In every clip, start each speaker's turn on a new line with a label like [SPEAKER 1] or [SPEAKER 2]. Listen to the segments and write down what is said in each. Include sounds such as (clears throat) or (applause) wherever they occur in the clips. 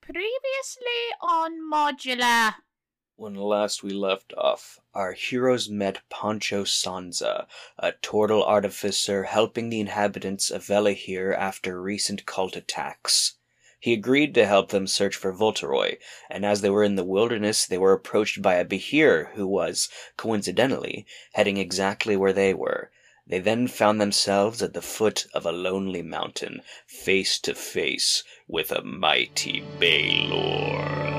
[SPEAKER 1] Previously on Modular.
[SPEAKER 2] When last we left off, our heroes met Pancho Sanza, a turtle artificer helping the inhabitants of Velahir after recent cult attacks. He agreed to help them search for Volteroy, and as they were in the wilderness, they were approached by a Behir who was, coincidentally, heading exactly where they were. They then found themselves at the foot of a lonely mountain, face to face with a mighty Baylor.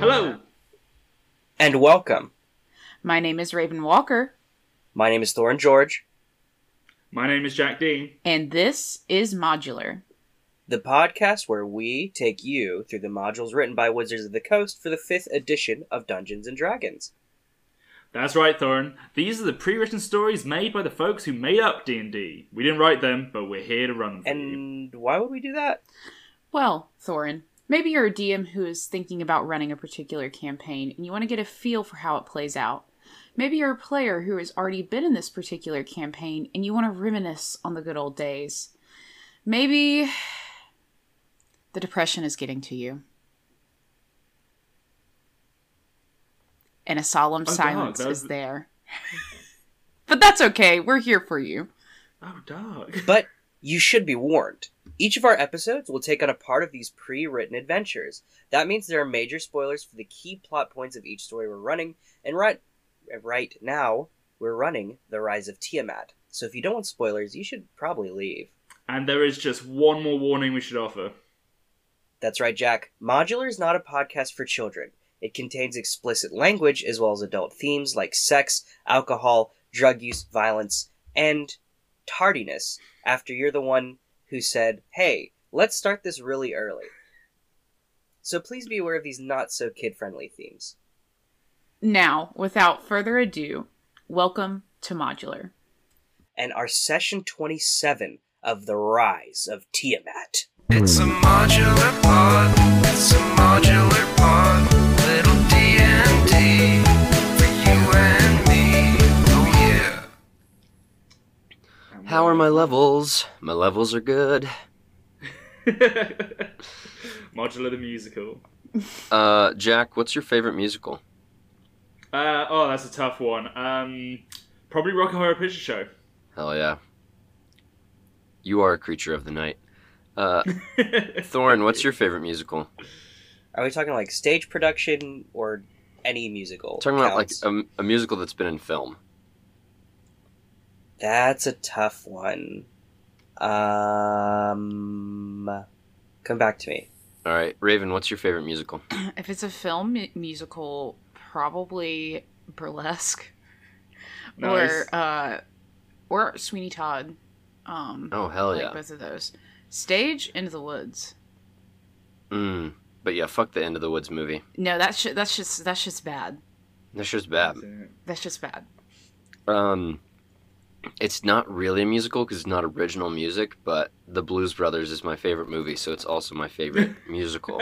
[SPEAKER 3] Hello.
[SPEAKER 2] And welcome.
[SPEAKER 1] My name is Raven Walker,
[SPEAKER 2] My name is Thorin George,
[SPEAKER 3] My name is Jack Dean.
[SPEAKER 1] and this is Modular.
[SPEAKER 2] the podcast where we take you through the modules written by Wizards of the Coast for the fifth edition of Dungeons and Dragons.
[SPEAKER 3] That's right, Thorin. These are the pre-written stories made by the folks who made up D&D. We didn't write them, but we're here to run them for
[SPEAKER 2] (laughs)
[SPEAKER 3] you.
[SPEAKER 2] And why would we do that?
[SPEAKER 1] Well, Thorin, maybe you're a DM who is thinking about running a particular campaign and you want to get a feel for how it plays out. Maybe you're a player who has already been in this particular campaign and you want to reminisce on the good old days. Maybe the depression is getting to you. And a solemn
[SPEAKER 3] Oh, God,
[SPEAKER 1] silence
[SPEAKER 3] that
[SPEAKER 1] is
[SPEAKER 3] was-
[SPEAKER 1] there. (laughs) but that's okay. We're here for you.
[SPEAKER 3] Oh, dark.
[SPEAKER 2] But you should be warned. Each of our episodes will take on a part of these pre written adventures. That means there are major spoilers for the key plot points of each story we're running, and right, right now, we're running The Rise of Tiamat. So if you don't want spoilers, you should probably leave.
[SPEAKER 3] And there is just one more warning we should offer.
[SPEAKER 2] That's right, Jack. Modular is not a podcast for children. It contains explicit language as well as adult themes like sex, alcohol, drug use, violence, and tardiness. After you're the one who said, hey, let's start this really early. So please be aware of these not so kid friendly themes.
[SPEAKER 1] Now, without further ado, welcome to Modular.
[SPEAKER 2] And our session 27 of The Rise of Tiamat.
[SPEAKER 4] It's a modular pod. It's a modular pod. Little D and D for you and me. Oh yeah.
[SPEAKER 5] How are my levels? My levels are good.
[SPEAKER 3] Modular the musical.
[SPEAKER 5] Uh, Jack, what's your favorite musical?
[SPEAKER 3] Uh, oh, that's a tough one. Um, probably Rock and Horror Picture Show. (laughs)
[SPEAKER 5] Hell yeah. You are a creature of the night. (laughs) Uh, Thorin, what's your favorite musical?
[SPEAKER 2] Are we talking like stage production or any musical?
[SPEAKER 5] Talking about like
[SPEAKER 2] counts?
[SPEAKER 5] a, a musical that's been in film.
[SPEAKER 2] That's a tough one. Um, come back to me.
[SPEAKER 5] All right, Raven, what's your favorite musical?
[SPEAKER 1] If it's a film mu- musical, probably burlesque
[SPEAKER 3] Nice.
[SPEAKER 1] or uh, or Sweeney Todd. Um,
[SPEAKER 5] Oh hell
[SPEAKER 1] like
[SPEAKER 5] yeah.
[SPEAKER 1] both of those. Stage Into the Woods.
[SPEAKER 5] Mm. But yeah, fuck the End of the Woods movie.
[SPEAKER 1] No, that's sh- that's just that's just bad.
[SPEAKER 5] That's just bad.
[SPEAKER 1] That's just bad.
[SPEAKER 5] Um, it's not really a musical because it's not original music, but The Blues Brothers is my favorite movie, so it's also my favorite
[SPEAKER 3] (laughs)
[SPEAKER 5] musical.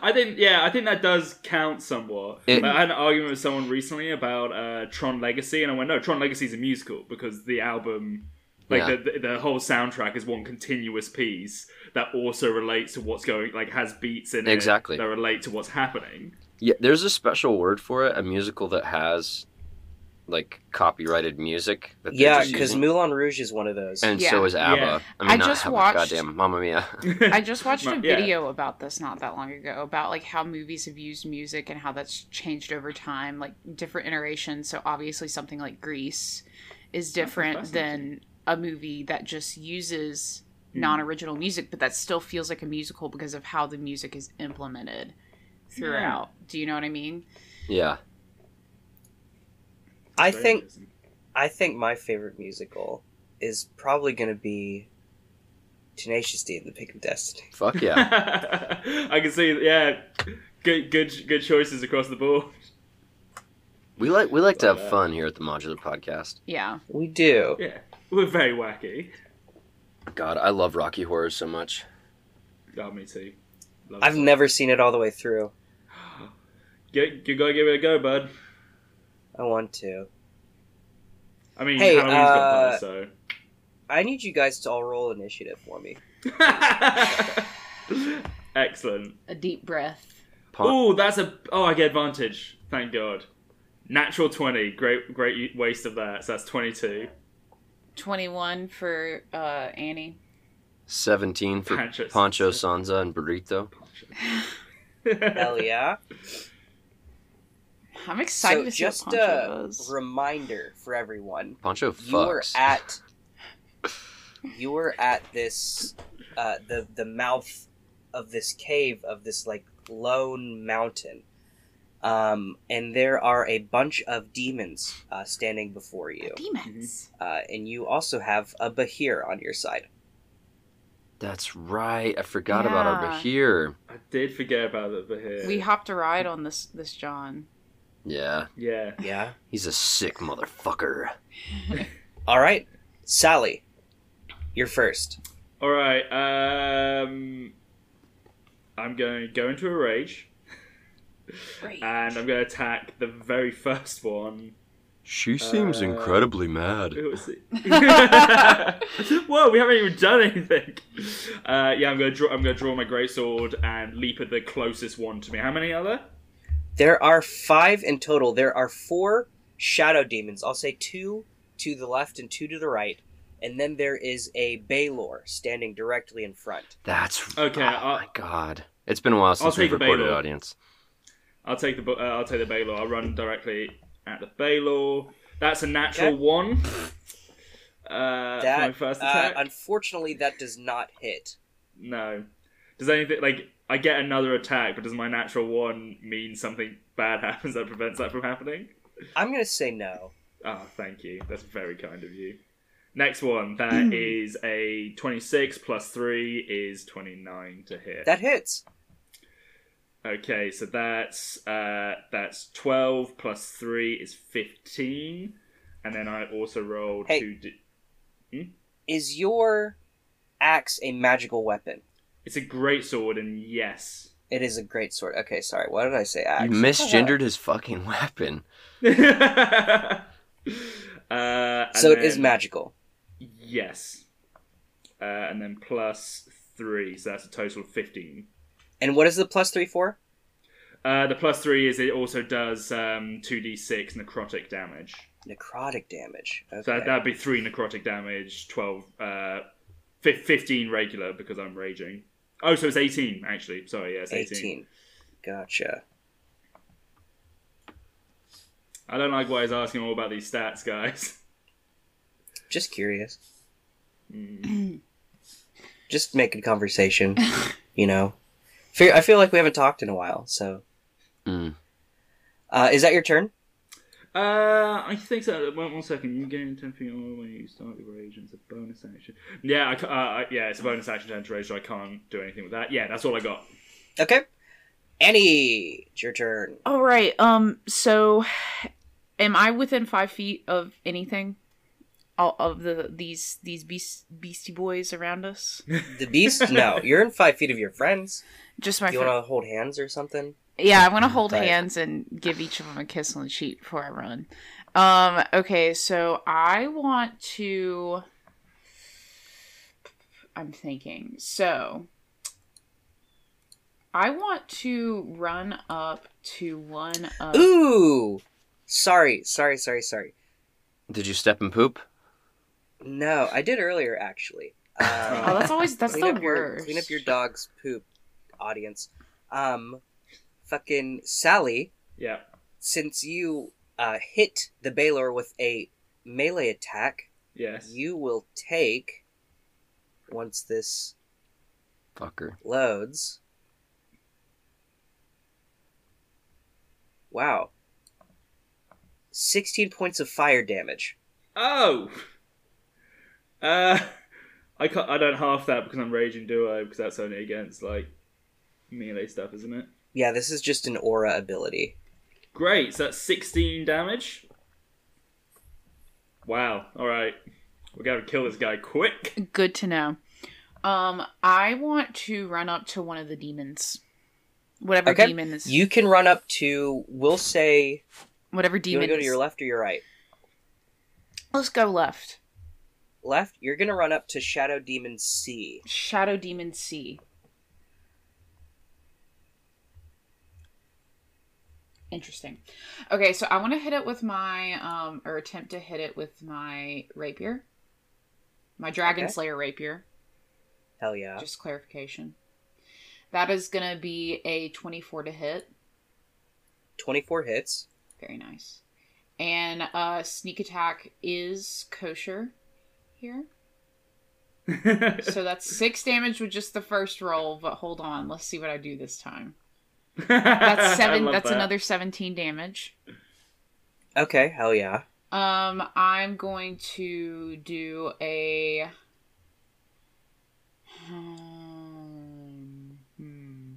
[SPEAKER 3] I think, yeah, I think that does count somewhat.
[SPEAKER 5] It-
[SPEAKER 3] Like, I had an argument with someone recently about uh, Tron Legacy, and I went, no, Tron Legacy is a musical because the album, like
[SPEAKER 5] Yeah.
[SPEAKER 3] the, the the whole soundtrack, is one continuous piece that also relates to what's going, like has beats in it
[SPEAKER 5] Exactly.
[SPEAKER 3] that relate to what's happening.
[SPEAKER 5] Yeah, there's a special word for it. A musical that has like copyrighted music. That they're
[SPEAKER 2] Yeah,
[SPEAKER 5] just
[SPEAKER 2] because
[SPEAKER 5] using.
[SPEAKER 2] Moulin Rouge is one of those.
[SPEAKER 5] and
[SPEAKER 1] Yeah.
[SPEAKER 5] so is ABBA.
[SPEAKER 3] Yeah.
[SPEAKER 5] I mean,
[SPEAKER 1] I
[SPEAKER 5] not
[SPEAKER 1] just
[SPEAKER 5] ABBA,
[SPEAKER 1] watched-
[SPEAKER 5] Goddamn, Mamma Mia. (laughs)
[SPEAKER 3] (laughs)
[SPEAKER 1] I just watched a
[SPEAKER 3] My- yeah.
[SPEAKER 1] video about this not that long ago about like how movies have used music and how that's changed over time, like different iterations. So obviously something like Grease is different than
[SPEAKER 3] fascinating.
[SPEAKER 1] a movie that just uses
[SPEAKER 2] Hmm.
[SPEAKER 1] non-original music, but that still feels like a musical because of how the music is implemented throughout. Do you know what I mean?
[SPEAKER 5] yeah,
[SPEAKER 2] I
[SPEAKER 3] Very
[SPEAKER 2] think
[SPEAKER 3] interesting.
[SPEAKER 2] I think my favorite musical is probably going to be Tenacious D and the Pick of Destiny.
[SPEAKER 5] Fuck
[SPEAKER 3] (laughs)
[SPEAKER 5] yeah.
[SPEAKER 3] I can see. Yeah, good, good, good choices across the board.
[SPEAKER 5] we like we like to have fun here at the Modular Podcast.
[SPEAKER 1] Yeah.
[SPEAKER 2] We do.
[SPEAKER 3] Yeah, we're very wacky.
[SPEAKER 5] God, I love Rocky Horror so much.
[SPEAKER 3] Oh, me too. Love
[SPEAKER 2] I've
[SPEAKER 3] it.
[SPEAKER 2] never seen it all the way through.
[SPEAKER 3] You, you gotta give it a go, bud.
[SPEAKER 2] I want to.
[SPEAKER 3] I mean,
[SPEAKER 2] Hey,
[SPEAKER 3] Halloween's
[SPEAKER 2] uh,
[SPEAKER 3] got plans, so.
[SPEAKER 2] I need you guys to all roll initiative for me. uh,
[SPEAKER 3] (laughs) Excellent.
[SPEAKER 1] A deep breath.
[SPEAKER 5] Pon-
[SPEAKER 3] Ooh, that's a. Oh, I get advantage. Thank God. Natural twenty. Great, great waste of that. So that's twenty-two.
[SPEAKER 1] 21 for uh, Annie.
[SPEAKER 5] 17 for
[SPEAKER 3] Pancho (laughs)
[SPEAKER 5] Pancho Sanza and Burrito.
[SPEAKER 2] Hell yeah.
[SPEAKER 1] I'm excited
[SPEAKER 2] so
[SPEAKER 1] to see
[SPEAKER 2] just uh,
[SPEAKER 1] what Poncho
[SPEAKER 2] a
[SPEAKER 1] does.
[SPEAKER 2] reminder for everyone.
[SPEAKER 5] Pancho
[SPEAKER 2] You were
[SPEAKER 5] fucks.
[SPEAKER 2] at you were at this uh, the the mouth of this cave of this like lone mountain. Um, and there are a bunch of demons uh, standing before you.
[SPEAKER 1] Demons.
[SPEAKER 2] Uh, and you also have a Bahir on your side.
[SPEAKER 5] That's right. I forgot about our
[SPEAKER 1] Yeah.
[SPEAKER 5] Bahir.
[SPEAKER 3] I did forget about it over
[SPEAKER 2] Mm-hmm.
[SPEAKER 3] here.
[SPEAKER 1] We hopped a ride on this this John.
[SPEAKER 5] Yeah,
[SPEAKER 3] yeah.
[SPEAKER 2] Yeah.
[SPEAKER 5] he's a sick motherfucker.
[SPEAKER 2] All right. Sally, you're first.
[SPEAKER 3] All right. Um, I'm going to go into a rage,
[SPEAKER 1] Great.
[SPEAKER 3] and I'm going to attack the very (laughs) first one.
[SPEAKER 5] She
[SPEAKER 3] seems Uh, incredibly
[SPEAKER 5] mad.
[SPEAKER 3] Who is it? (laughs) Whoa, we haven't even done anything. Uh, yeah, I'm gonna draw. I'm gonna draw my greatsword and leap at the closest one to me. How many are there?
[SPEAKER 2] There are five in total. There are four shadow demons. I'll say two to the left and two to the right. And then there is a Baylor standing directly in front.
[SPEAKER 5] That's
[SPEAKER 3] Okay,
[SPEAKER 5] Oh
[SPEAKER 3] I'll-
[SPEAKER 5] my god, it's been a while since
[SPEAKER 3] take
[SPEAKER 5] we've
[SPEAKER 3] the
[SPEAKER 5] recorded,
[SPEAKER 3] Baylor.
[SPEAKER 5] audience.
[SPEAKER 3] I'll take the. bu- Uh, I'll take the Baylor. I'll run directly at the Baylor. That's a natural
[SPEAKER 2] Okay.
[SPEAKER 3] one. Uh, for my
[SPEAKER 2] That,
[SPEAKER 3] first
[SPEAKER 2] uh,
[SPEAKER 3] attack.
[SPEAKER 2] unfortunately, that does not hit.
[SPEAKER 3] No. Does anything like I get another attack, but does my natural one mean something bad (laughs) happens that prevents that from happening?
[SPEAKER 2] I'm going to say no.
[SPEAKER 3] Ah, thank you. That's very kind of you. Next one,
[SPEAKER 2] Hmm.
[SPEAKER 3] that is a twenty-six plus three is twenty-nine to hit.
[SPEAKER 2] That hits.
[SPEAKER 3] Okay, so that's uh that's twelve plus three is fifteen, and then I also rolled
[SPEAKER 2] Hey.
[SPEAKER 3] two. D-
[SPEAKER 2] Is your axe a magical weapon?
[SPEAKER 3] it's a great sword, and yes. (laughs)
[SPEAKER 2] It is a great sword. Okay, sorry. Why did I say axe?
[SPEAKER 5] You misgendered his fucking (laughs) weapon.
[SPEAKER 3] uh, and
[SPEAKER 2] So it is
[SPEAKER 3] then-
[SPEAKER 2] magical.
[SPEAKER 3] Yes. Uh, and then plus three, so that's a total of 15.
[SPEAKER 2] And what is the plus three for?
[SPEAKER 3] Uh, the plus three is it also does um, 2d6 necrotic damage.
[SPEAKER 2] Necrotic damage. Okay.
[SPEAKER 3] So that, that'd be three necrotic damage, 12, uh, fif- 15 regular because I'm raging. Oh, so it's 18, actually. Sorry, yeah, it's 18.
[SPEAKER 2] 18. Gotcha.
[SPEAKER 3] I don't like why he's asking all about these stats, guys. (laughs)
[SPEAKER 2] Just curious.
[SPEAKER 3] Mm.
[SPEAKER 2] Just making conversation, (laughs) you know. Fe- I feel like we haven't talked in a while, so.
[SPEAKER 5] Mm.
[SPEAKER 2] Uh, is that your turn?
[SPEAKER 3] Uh, I think so. One, one second. You gain ten feet more when you start your rage. and It's a bonus action. Yeah, I, ca- uh, I- yeah, it's a bonus action to enter rage, so I can't do anything with that. Yeah, that's all I got.
[SPEAKER 2] Okay. Annie, it's your turn.
[SPEAKER 1] All right. Um. So, am I within five feet of anything? All of the these these beast, beastie boys around us.
[SPEAKER 2] The
[SPEAKER 1] (laughs)
[SPEAKER 2] beast? No, you're in five feet of your friends.
[SPEAKER 1] Just my.
[SPEAKER 2] Do you
[SPEAKER 1] friend-
[SPEAKER 2] want to hold hands or something?
[SPEAKER 1] Yeah, I want to hold
[SPEAKER 2] Right.
[SPEAKER 1] hands and give each of them a kiss on the cheek before I run. Um, okay, so I want to. I'm thinking. So I want to run up to one of. oh,
[SPEAKER 2] Ooh! Sorry, sorry, sorry, sorry.
[SPEAKER 5] Did you step and poop?
[SPEAKER 2] No, I did earlier,
[SPEAKER 1] (laughs)
[SPEAKER 2] actually.
[SPEAKER 1] Oh,
[SPEAKER 2] Um,
[SPEAKER 1] that's always that's
[SPEAKER 2] clean
[SPEAKER 1] the
[SPEAKER 2] up your
[SPEAKER 1] worst.
[SPEAKER 2] clean up your dog's poop, audience. Um, fucking Sally,
[SPEAKER 3] Yeah.
[SPEAKER 2] since you uh, hit the Baylor with a melee attack,
[SPEAKER 3] Yes.
[SPEAKER 2] you will take once this
[SPEAKER 5] Fucker.
[SPEAKER 2] loads. Wow. 16 points of fire damage.
[SPEAKER 3] Oh. Uh, I can't, I don't half that because I'm raging, do I? Because that's only against like melee stuff, isn't it?
[SPEAKER 2] Yeah, this is just an aura ability.
[SPEAKER 3] Great. So that's 16 damage. Wow. All right. We gotta kill this guy quick.
[SPEAKER 1] Good to know. Um, I want to run up to one of the demons. Whatever
[SPEAKER 2] Okay.
[SPEAKER 1] demon is
[SPEAKER 2] You can run up to, we'll say,
[SPEAKER 1] whatever
[SPEAKER 2] do you
[SPEAKER 1] demon
[SPEAKER 2] want to go to
[SPEAKER 1] is-
[SPEAKER 2] your left or your right?
[SPEAKER 1] Let's go left.
[SPEAKER 2] Left, you're going to run up to Shadow Demon C.
[SPEAKER 1] Shadow Demon C. Interesting. Okay, so I want to hit it with my um or attempt to hit it with my rapier. My Dragon
[SPEAKER 2] Okay.
[SPEAKER 1] Slayer rapier.
[SPEAKER 2] Hell yeah.
[SPEAKER 1] Just clarification. That is gonna be a twenty-four to hit.
[SPEAKER 2] 24 hits.
[SPEAKER 1] Very nice. And uh sneak attack is kosher here.
[SPEAKER 3] (laughs)
[SPEAKER 1] So
[SPEAKER 2] (laughs)
[SPEAKER 1] that's six damage with just the first roll, but hold on, let's see what I do this time.
[SPEAKER 3] (laughs)
[SPEAKER 1] That's seven. that's another seventeen damage.
[SPEAKER 2] Okay, hell yeah.
[SPEAKER 1] Um, I'm going to do a. Hmm, hmm.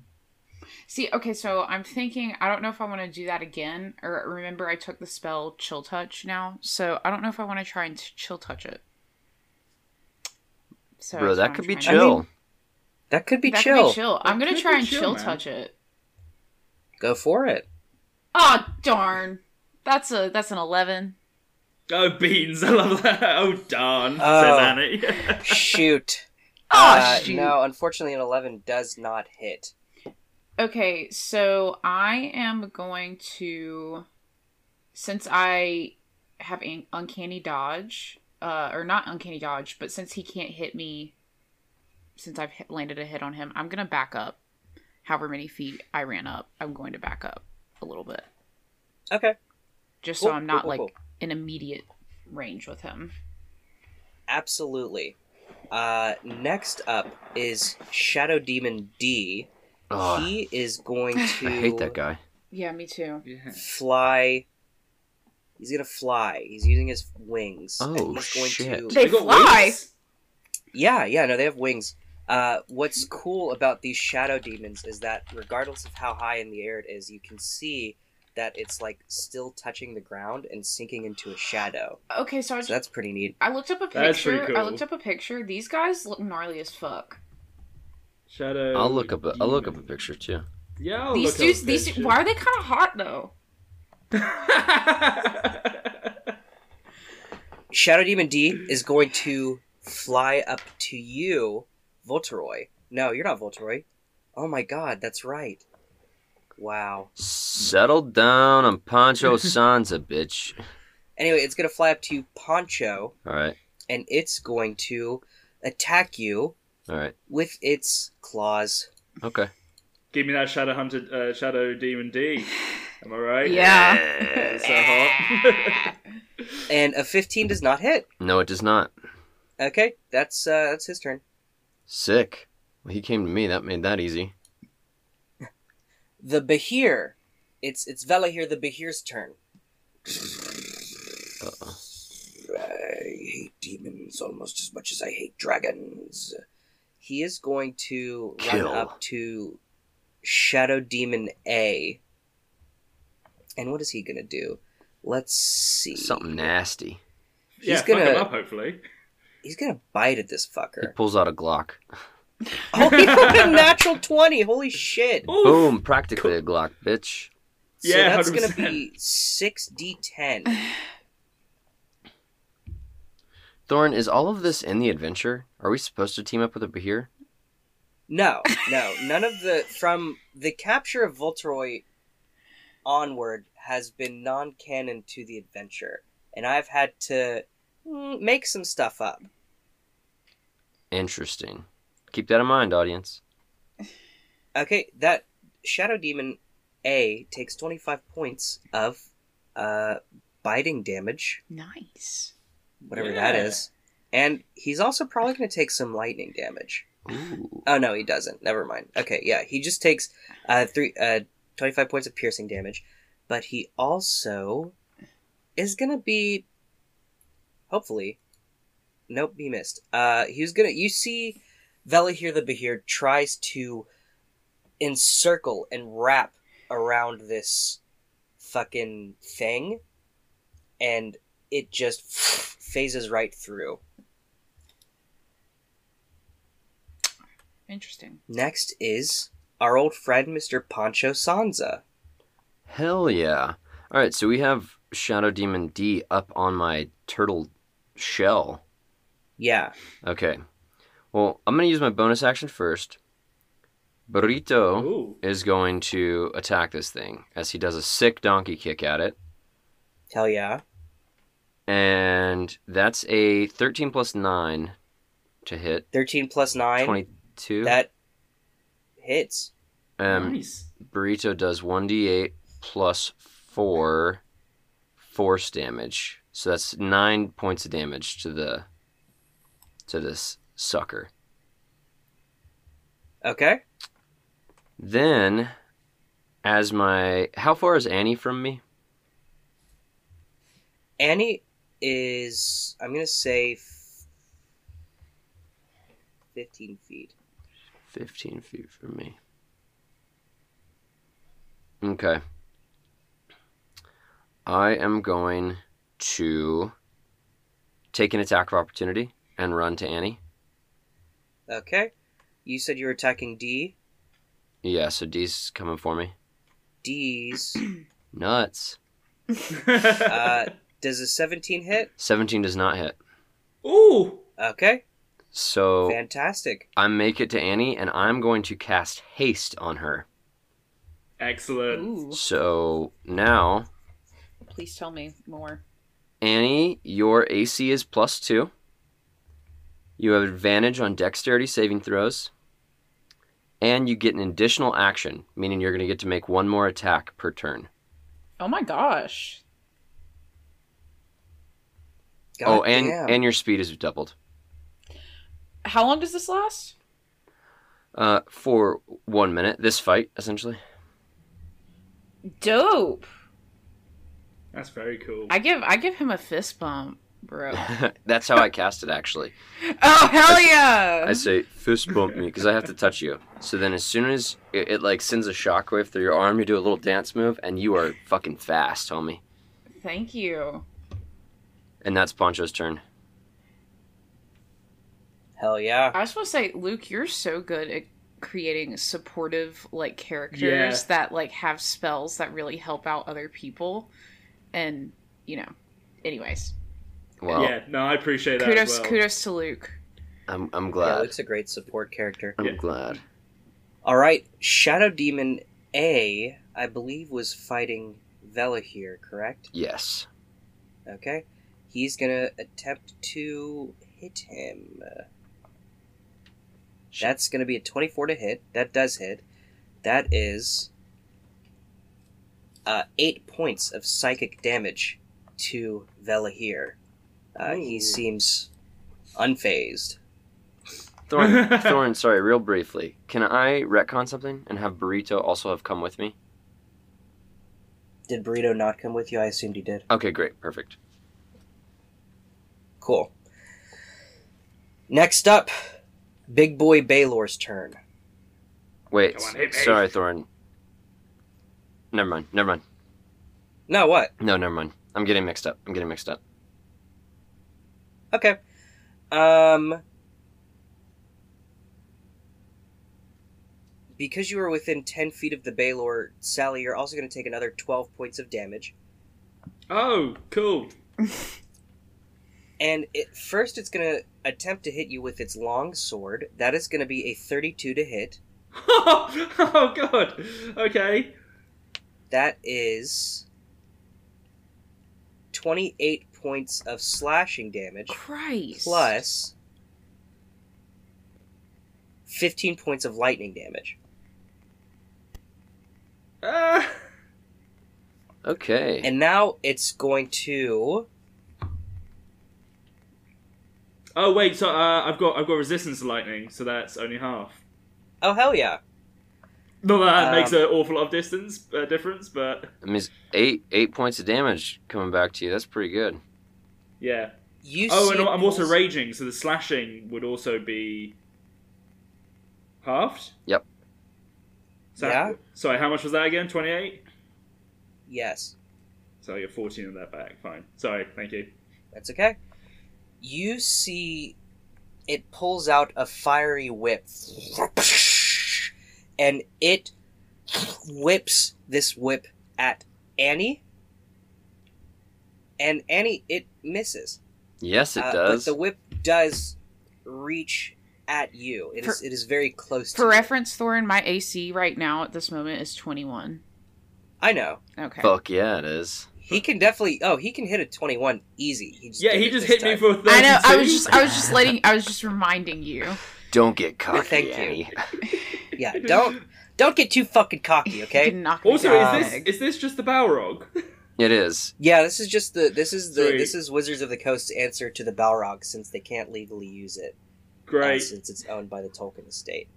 [SPEAKER 1] See, okay, so I'm thinking I don't know if I want to do that again, or remember I took the spell Chill Touch now, so I don't know if I want to try and t- Chill Touch it. So
[SPEAKER 5] Bro,
[SPEAKER 1] that's
[SPEAKER 5] that
[SPEAKER 1] what
[SPEAKER 5] could
[SPEAKER 1] I'm
[SPEAKER 5] be
[SPEAKER 1] trying to-
[SPEAKER 5] chill.
[SPEAKER 2] That could be
[SPEAKER 1] that
[SPEAKER 2] chill.
[SPEAKER 1] could be chill. I'm
[SPEAKER 3] That
[SPEAKER 1] gonna
[SPEAKER 3] could
[SPEAKER 1] try
[SPEAKER 3] be
[SPEAKER 1] and
[SPEAKER 3] chill,
[SPEAKER 1] Chill
[SPEAKER 3] man.
[SPEAKER 1] Touch it.
[SPEAKER 2] Go for it.
[SPEAKER 1] Oh darn, that's a that's an eleven.
[SPEAKER 3] Oh beans! (laughs) I love that. Oh darn!
[SPEAKER 2] Oh.
[SPEAKER 3] Says Annie. (laughs)
[SPEAKER 2] Shoot.
[SPEAKER 1] Oh
[SPEAKER 2] Uh,
[SPEAKER 1] shoot.
[SPEAKER 2] No, unfortunately, an 11 does not hit.
[SPEAKER 1] Okay, so I am going to, since I have an uncanny dodge, uh, or not uncanny dodge, but since he can't hit me, since I've hit, landed a hit on him, I'm gonna back up. However many feet I ran up, I'm going to back up a little bit,
[SPEAKER 2] Okay.
[SPEAKER 1] just
[SPEAKER 2] Cool,
[SPEAKER 1] so I'm not
[SPEAKER 2] cool,
[SPEAKER 1] like
[SPEAKER 2] cool,
[SPEAKER 1] in immediate range with him.
[SPEAKER 2] Absolutely. Uh, next up is Shadow Demon D.
[SPEAKER 5] Oh,
[SPEAKER 2] he is going to
[SPEAKER 5] (laughs) I hate that guy.
[SPEAKER 1] Yeah, me too.
[SPEAKER 3] yeah.
[SPEAKER 2] fly. He's gonna fly. He's using his wings. and
[SPEAKER 5] Oh,
[SPEAKER 2] he's going
[SPEAKER 5] shit.
[SPEAKER 2] To...
[SPEAKER 1] They
[SPEAKER 3] got
[SPEAKER 1] fly!
[SPEAKER 3] wings?
[SPEAKER 2] Yeah, yeah. No, they have wings. Uh, what's cool about these shadow demons is that regardless of how high in the air it is, you can see that it's like still touching the ground and sinking into a shadow.
[SPEAKER 1] Okay, so I,
[SPEAKER 2] So that's pretty neat.
[SPEAKER 1] I looked up a
[SPEAKER 3] That's pretty
[SPEAKER 1] picture. I
[SPEAKER 3] cool.
[SPEAKER 1] looked up a picture. These guys look gnarly as fuck.
[SPEAKER 3] Shadow.
[SPEAKER 5] I'll look up. A, I'll look up a
[SPEAKER 3] demon.
[SPEAKER 5] picture too.
[SPEAKER 3] Yeah. I'll
[SPEAKER 1] these
[SPEAKER 3] Oh, look up a
[SPEAKER 1] dudes, these
[SPEAKER 3] picture.
[SPEAKER 1] why are they kind of hot though?
[SPEAKER 3] (laughs)
[SPEAKER 2] Shadow Demon D is going to fly up to you, Volteroy. No, you're not Volteroy. Oh my god, that's right. Wow.
[SPEAKER 5] Settle down. I'm Pancho
[SPEAKER 3] (laughs)
[SPEAKER 5] Sanza, bitch.
[SPEAKER 2] Anyway, it's going to fly up to Poncho,
[SPEAKER 5] All right.
[SPEAKER 2] and it's going to attack you
[SPEAKER 5] All right.
[SPEAKER 2] with its claws.
[SPEAKER 5] Okay.
[SPEAKER 3] Give me that shadow hunter, uh, shadow demon
[SPEAKER 1] (laughs)
[SPEAKER 3] D. Am I right?
[SPEAKER 1] Yeah.
[SPEAKER 3] Is
[SPEAKER 1] (laughs)
[SPEAKER 3] that
[SPEAKER 2] And a 15 does not hit.
[SPEAKER 5] No, it does not.
[SPEAKER 2] Okay, that's uh, that's his turn.
[SPEAKER 5] Sick. Well, he came to me. That made that easy.
[SPEAKER 2] The Bahir. It's it's Velahir the Bahir's turn.
[SPEAKER 5] Uh-oh.
[SPEAKER 2] I hate demons almost as much as I hate dragons. He is going to
[SPEAKER 5] Kill.
[SPEAKER 2] run up to Shadow Demon A. And what is he going to do? Let's see.
[SPEAKER 5] Something nasty.
[SPEAKER 3] yeah.
[SPEAKER 2] He's
[SPEAKER 3] fuck him
[SPEAKER 2] gonna-
[SPEAKER 3] up. Hopefully.
[SPEAKER 2] He's going to bite at this
[SPEAKER 5] He (laughs)
[SPEAKER 2] fucker.
[SPEAKER 5] pulls out a Glock.
[SPEAKER 2] oh, he put a natural 20. Holy shit.
[SPEAKER 3] Oof.
[SPEAKER 5] Boom! Practically a Glock, bitch.
[SPEAKER 3] Yeah,
[SPEAKER 2] so that's going to
[SPEAKER 3] 100%.
[SPEAKER 2] be 6d10.
[SPEAKER 5] Thorn, is all of this in the adventure? Are we supposed to team up with a Bahir?
[SPEAKER 2] No, no, none of the from the capture of Voltroy onward has been non-canon to the adventure, and I've had to mm, make some stuff up.
[SPEAKER 5] Interesting. Keep that in mind, audience.
[SPEAKER 2] Okay, that Shadow Demon A takes twenty-five points of uh, biting damage,
[SPEAKER 1] nice.
[SPEAKER 2] whatever that
[SPEAKER 3] Yeah.
[SPEAKER 2] is, and he's also probably going to take some lightning damage.
[SPEAKER 5] Ooh.
[SPEAKER 2] Oh no, he doesn't. Never mind. Okay, yeah, he just takes uh three uh twenty five points of piercing damage, but he also is gonna be hopefully. Nope, he missed. Uh, he was gonna. You see, Velahir the Behir tries to encircle and wrap around this fucking thing, and it just phases right through.
[SPEAKER 1] Interesting.
[SPEAKER 2] Next is our old friend Mr. Pancho Sanza.
[SPEAKER 5] Hell yeah. All right, so we have Shadow Demon D up on my turtle shell.
[SPEAKER 2] Yeah,
[SPEAKER 5] Okay. Well, I'm going to use my bonus action first. Burrito
[SPEAKER 3] Ooh.
[SPEAKER 5] is going to attack this thing as he does a sick donkey kick at it.
[SPEAKER 2] hell yeah.
[SPEAKER 5] And that's a 13 plus 9 to hit.
[SPEAKER 2] Thirteen plus nine.
[SPEAKER 5] 22.
[SPEAKER 2] That hits.
[SPEAKER 5] um,
[SPEAKER 3] nice.
[SPEAKER 5] Burrito does 1d8 plus 4 force damage. So that's 9 points of damage to the to this sucker.
[SPEAKER 2] Okay.
[SPEAKER 5] Then as my how far is Annie from me?
[SPEAKER 2] Annie is. I'm gonna say. f- Fifteen feet.
[SPEAKER 5] 15 feet from me. Okay. I am going to take an attack of opportunity and run to Annie.
[SPEAKER 2] Okay. You said you were attacking D.
[SPEAKER 5] Yeah, so D's coming for me.
[SPEAKER 2] D's.
[SPEAKER 5] Nuts.
[SPEAKER 2] Uh, does a 17 hit?
[SPEAKER 5] 17 does not hit.
[SPEAKER 3] (laughs) Ooh.
[SPEAKER 2] Okay.
[SPEAKER 5] So
[SPEAKER 2] Fantastic.
[SPEAKER 5] I make it to Annie and I'm going to cast haste on her.
[SPEAKER 3] Excellent.
[SPEAKER 1] Ooh,
[SPEAKER 5] So now,
[SPEAKER 1] please tell me more.
[SPEAKER 5] Annie, your AC is plus two. You have advantage on dexterity saving throws. And you get an additional action, meaning you're going to get to make one more attack per turn.
[SPEAKER 1] Oh my gosh.
[SPEAKER 2] God
[SPEAKER 5] oh, and
[SPEAKER 2] damn.
[SPEAKER 5] and your speed is doubled.
[SPEAKER 1] How long does this last?
[SPEAKER 5] Uh, for one minute, this fight essentially. (laughs)
[SPEAKER 1] Dope.
[SPEAKER 3] That's very cool.
[SPEAKER 1] I give I give him a fist bump,
[SPEAKER 3] (laughs)
[SPEAKER 1] bro. (laughs)
[SPEAKER 5] That's how I cast it actually.
[SPEAKER 1] Oh hell
[SPEAKER 5] I-
[SPEAKER 1] yeah!
[SPEAKER 5] I say fist bump me because I have to touch you. So then, as soon as it, it like sends a shockwave through your arm, you do a little dance move, and you are fucking fast, homie.
[SPEAKER 1] Thank you.
[SPEAKER 5] And that's Poncho's turn.
[SPEAKER 2] Hell yeah.
[SPEAKER 1] I just want to say, Luke, you're so good at creating supportive like characters
[SPEAKER 3] Yeah.
[SPEAKER 1] that like have spells that really help out other people, and you know. Anyways,
[SPEAKER 5] Wow,
[SPEAKER 3] yeah, no, I appreciate that.
[SPEAKER 1] kudos
[SPEAKER 3] as well.
[SPEAKER 1] kudos to Luke.
[SPEAKER 5] I'm I'm
[SPEAKER 2] Yeah,
[SPEAKER 5] glad.
[SPEAKER 2] Luke's a great support character.
[SPEAKER 5] I'm
[SPEAKER 3] Yeah.
[SPEAKER 5] glad.
[SPEAKER 2] All right. Shadow Demon A, I believe, was fighting Vela here, correct?
[SPEAKER 5] Yes.
[SPEAKER 2] Okay. He's gonna attempt to hit him. That's gonna be a 24 to hit. That does hit. That is uh, eight points of psychic damage to Velahir. Uh, he
[SPEAKER 3] Ooh.
[SPEAKER 2] seems unfazed.
[SPEAKER 5] Thorn,
[SPEAKER 2] (laughs)
[SPEAKER 5] Thorn, sorry, real briefly. Can I retcon something and have Burrito also have come with me?
[SPEAKER 2] Did Burrito not come with you? I assumed he did.
[SPEAKER 5] Okay, great, perfect.
[SPEAKER 2] Cool. Next up, Big Boy Baylor's turn.
[SPEAKER 5] Wait,
[SPEAKER 3] Come on, hit me.
[SPEAKER 5] sorry, Thorn. Never mind, never mind.
[SPEAKER 2] No, what?
[SPEAKER 5] No, never mind. I'm getting mixed up. I'm getting mixed up.
[SPEAKER 2] Okay. Um. Because you are within 10 feet of the Baylor, Sally, you're also going to take another 12 points of damage.
[SPEAKER 3] Oh, cool. (laughs)
[SPEAKER 2] And it, first, it's going to attempt to hit you with its long sword. That is going to be a 32 to hit.
[SPEAKER 3] oh god. Okay.
[SPEAKER 2] That is 28 points of slashing damage,
[SPEAKER 1] Christ.
[SPEAKER 2] plus 15 points of lightning damage.
[SPEAKER 3] Uh,
[SPEAKER 5] Okay.
[SPEAKER 2] And now it's going to.
[SPEAKER 3] oh wait, so uh, I've got I've got resistance to lightning, so that's only half.
[SPEAKER 2] Oh hell yeah!
[SPEAKER 3] Not that that
[SPEAKER 2] Um,
[SPEAKER 3] makes an awful lot of distance uh, difference, but
[SPEAKER 5] I mean, it's eight eight points of damage coming back to you. That's pretty good.
[SPEAKER 3] yeah.
[SPEAKER 2] You
[SPEAKER 3] Oh,
[SPEAKER 2] see
[SPEAKER 3] and I'm also
[SPEAKER 2] pulls-
[SPEAKER 3] raging, so the slashing would also be halved.
[SPEAKER 5] Yep.
[SPEAKER 3] So,
[SPEAKER 2] Yeah.
[SPEAKER 3] Sorry, how much was that again? Twenty-eight.
[SPEAKER 2] Yes,
[SPEAKER 3] So you're fourteen of that back. Fine. Sorry. Thank you.
[SPEAKER 2] that's okay. You see, it pulls out a fiery whip, and it whips this whip at Annie. And Annie, it misses.
[SPEAKER 5] Yes, it
[SPEAKER 2] Uh,
[SPEAKER 5] does.
[SPEAKER 2] But the whip does reach at you. It is.
[SPEAKER 1] For-
[SPEAKER 2] It is very close.
[SPEAKER 1] For
[SPEAKER 2] to you.
[SPEAKER 1] reference, Thorin, my AC right now at this moment is 21.
[SPEAKER 2] I know
[SPEAKER 1] Okay.
[SPEAKER 5] Fuck yeah, it is.
[SPEAKER 2] he can definitely. Oh, he can hit a twenty-one easy. He just
[SPEAKER 3] Yeah,
[SPEAKER 2] did
[SPEAKER 3] he
[SPEAKER 2] it
[SPEAKER 3] just
[SPEAKER 2] this
[SPEAKER 3] hit me
[SPEAKER 2] time.
[SPEAKER 3] for. 32.
[SPEAKER 1] I know. I was just. I was
[SPEAKER 3] (laughs)
[SPEAKER 1] just letting. I was just reminding you.
[SPEAKER 5] Don't get cocky,
[SPEAKER 2] Thank you.
[SPEAKER 5] Annie.
[SPEAKER 2] (laughs)
[SPEAKER 3] (laughs)
[SPEAKER 2] Yeah, don't don't get too fucking cocky,
[SPEAKER 1] You (laughs)
[SPEAKER 2] okay?
[SPEAKER 1] can knock me
[SPEAKER 3] Also,
[SPEAKER 1] down.
[SPEAKER 3] is this is this just the Balrog? (laughs)
[SPEAKER 5] It is.
[SPEAKER 2] Yeah, this is just the this is the
[SPEAKER 3] Sweet.
[SPEAKER 2] this is Wizards of the Coast's answer to the Balrog since they can't legally use it uh,
[SPEAKER 3] Great.
[SPEAKER 2] since it's owned by the Tolkien estate.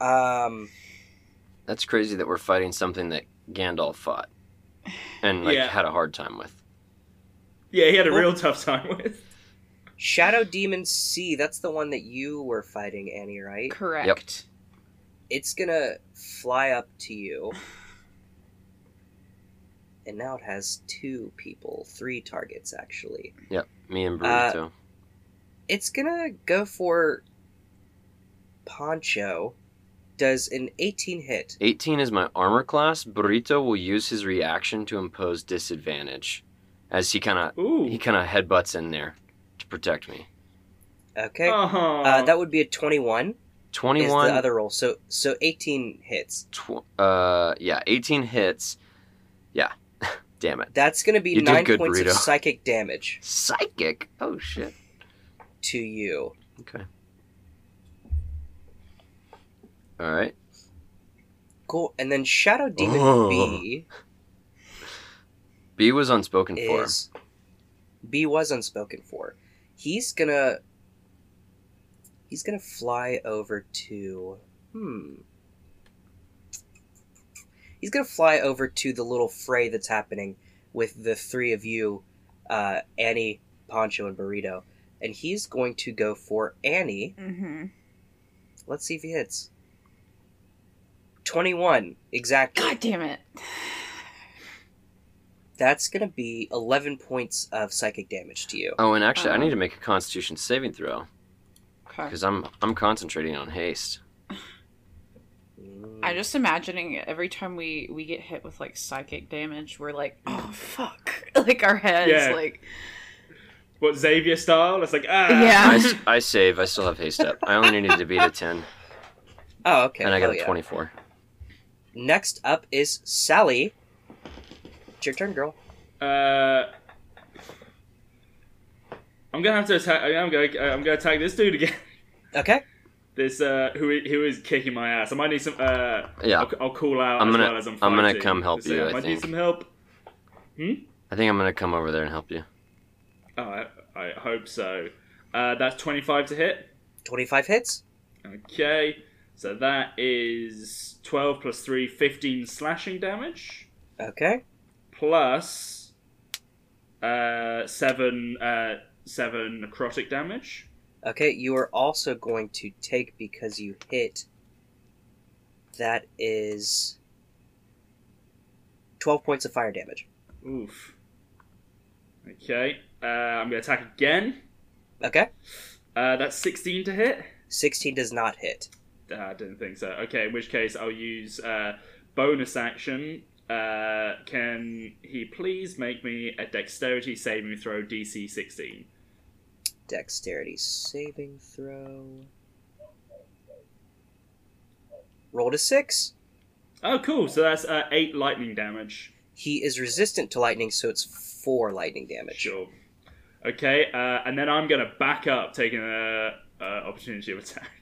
[SPEAKER 2] Um,
[SPEAKER 5] That's crazy that we're fighting something that Gandalf fought and like
[SPEAKER 3] Yeah.
[SPEAKER 5] had a hard time with.
[SPEAKER 3] Yeah, he had a real tough time with.
[SPEAKER 2] Shadow Demon C, that's the one that you were fighting, Annie,
[SPEAKER 1] (laughs)
[SPEAKER 2] right?
[SPEAKER 1] Correct.
[SPEAKER 2] It's gonna fly up to you. And now it has two people, three targets actually.
[SPEAKER 5] Me and
[SPEAKER 2] Uh,
[SPEAKER 5] Burrito.
[SPEAKER 2] It's gonna go for Poncho. Does an 18 hit?
[SPEAKER 5] 18 is my armor class. Burrito will use his reaction to impose disadvantage as he kind of
[SPEAKER 3] Ooh.
[SPEAKER 5] he kind of headbutts in there to protect me.
[SPEAKER 2] Okay.
[SPEAKER 3] Aw.
[SPEAKER 2] Uh,
[SPEAKER 5] Oh.
[SPEAKER 2] that would be a 21, is
[SPEAKER 5] 21
[SPEAKER 2] the other roll. So so 18 hits.
[SPEAKER 5] tw- uh yeah, 18 hits. Yeah. (laughs) Damn it.
[SPEAKER 2] That's going to be
[SPEAKER 5] You did
[SPEAKER 2] 9
[SPEAKER 5] good,
[SPEAKER 2] points
[SPEAKER 5] Burrito.
[SPEAKER 2] of psychic damage
[SPEAKER 5] Psychic. Oh shit.
[SPEAKER 2] to you.
[SPEAKER 5] Okay. All right.
[SPEAKER 2] Cool. And then Shadow Demon
[SPEAKER 5] Oh.
[SPEAKER 2] B
[SPEAKER 5] B was unspoken for.
[SPEAKER 2] is B was unspoken for. He's going to he's going to fly over to hmm He's going to fly over to the little fray that's happening with the three of you, uh, Annie, Poncho, and Burrito. And he's going to go for Annie.
[SPEAKER 1] Mm-hmm.
[SPEAKER 2] Let's see if he hits. 21, exactly.
[SPEAKER 1] God damn it.
[SPEAKER 2] That's going to be 11 points of psychic damage to you.
[SPEAKER 5] Oh, and actually, I
[SPEAKER 1] Um,
[SPEAKER 5] need
[SPEAKER 2] uh,
[SPEAKER 5] to make a Constitution saving throw because I'm I'm concentrating on haste.
[SPEAKER 1] I'm just imagining every time we we get hit with like psychic damage, we're like, oh fuck, (laughs) like our heads,
[SPEAKER 3] Yeah.
[SPEAKER 1] like
[SPEAKER 3] What Xavier style? It's like ah.
[SPEAKER 1] Yeah.
[SPEAKER 5] I, s- I save. I still have haste up. I only needed to beat a ten,
[SPEAKER 2] Oh, okay.
[SPEAKER 5] and I got
[SPEAKER 2] hell
[SPEAKER 5] a
[SPEAKER 2] yeah.
[SPEAKER 5] twenty-four.
[SPEAKER 2] Next up is Sally. It's your turn, girl.
[SPEAKER 3] Uh, I'm gonna have to attack. I'm gonna. I'm gonna attack this dude again.
[SPEAKER 2] Okay.
[SPEAKER 3] This uh, who i- who is kicking my ass. I might need some. Uh,
[SPEAKER 5] Yeah,
[SPEAKER 3] I'll, I'll call out.
[SPEAKER 5] Oh. I'm
[SPEAKER 3] as
[SPEAKER 5] gonna-
[SPEAKER 3] Well as I'm,
[SPEAKER 5] I'm gonna
[SPEAKER 3] fighting
[SPEAKER 5] come
[SPEAKER 3] to
[SPEAKER 5] help
[SPEAKER 3] say,
[SPEAKER 5] you,
[SPEAKER 3] I
[SPEAKER 5] I
[SPEAKER 3] might
[SPEAKER 5] think.
[SPEAKER 3] need some help.
[SPEAKER 5] I think I'm gonna come over there and help you.
[SPEAKER 3] Oh, I, I hope so. Uh, that's 25 to hit.
[SPEAKER 2] 25 hits.
[SPEAKER 3] Okay, so that is 12 plus 3, 15 slashing damage
[SPEAKER 2] Okay.
[SPEAKER 3] plus uh, seven uh, seven necrotic damage.
[SPEAKER 2] Okay, you are also going to take because you hit. That is 12 points of fire damage.
[SPEAKER 3] Oof. Okay, uh, I'm gonna attack again.
[SPEAKER 2] Okay.
[SPEAKER 3] Uh, that's 16 to hit.
[SPEAKER 2] 16 does not hit.
[SPEAKER 3] Uh, I didn't think so. Okay, in which case I'll use uh, bonus action. Uh, can he please make me a dexterity saving throw DC 16?
[SPEAKER 2] Dexterity saving throw. Rolled a six.
[SPEAKER 3] Oh, cool. So that's uh, eight lightning damage.
[SPEAKER 2] He is resistant to lightning, so it's four lightning damage.
[SPEAKER 3] Sure. Okay, uh, and then I'm gonna back up, taking a uh, opportunity of attack. (laughs)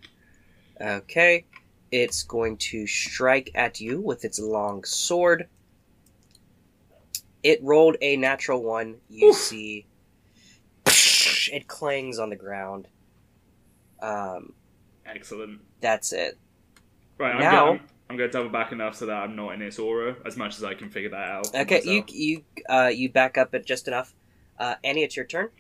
[SPEAKER 2] Okay. It's going to strike at you with its long sword. It rolled a natural one. You see. It clangs on the ground. Um,
[SPEAKER 3] Excellent.
[SPEAKER 2] that's it.
[SPEAKER 3] Right, I'm
[SPEAKER 2] Now-
[SPEAKER 3] gonna I'm gonna double back enough so that I'm not in its aura as much as I can figure that out.
[SPEAKER 2] Okay, you
[SPEAKER 3] myself.
[SPEAKER 2] you uh, you back up it just enough. Uh, Annie, it's your turn.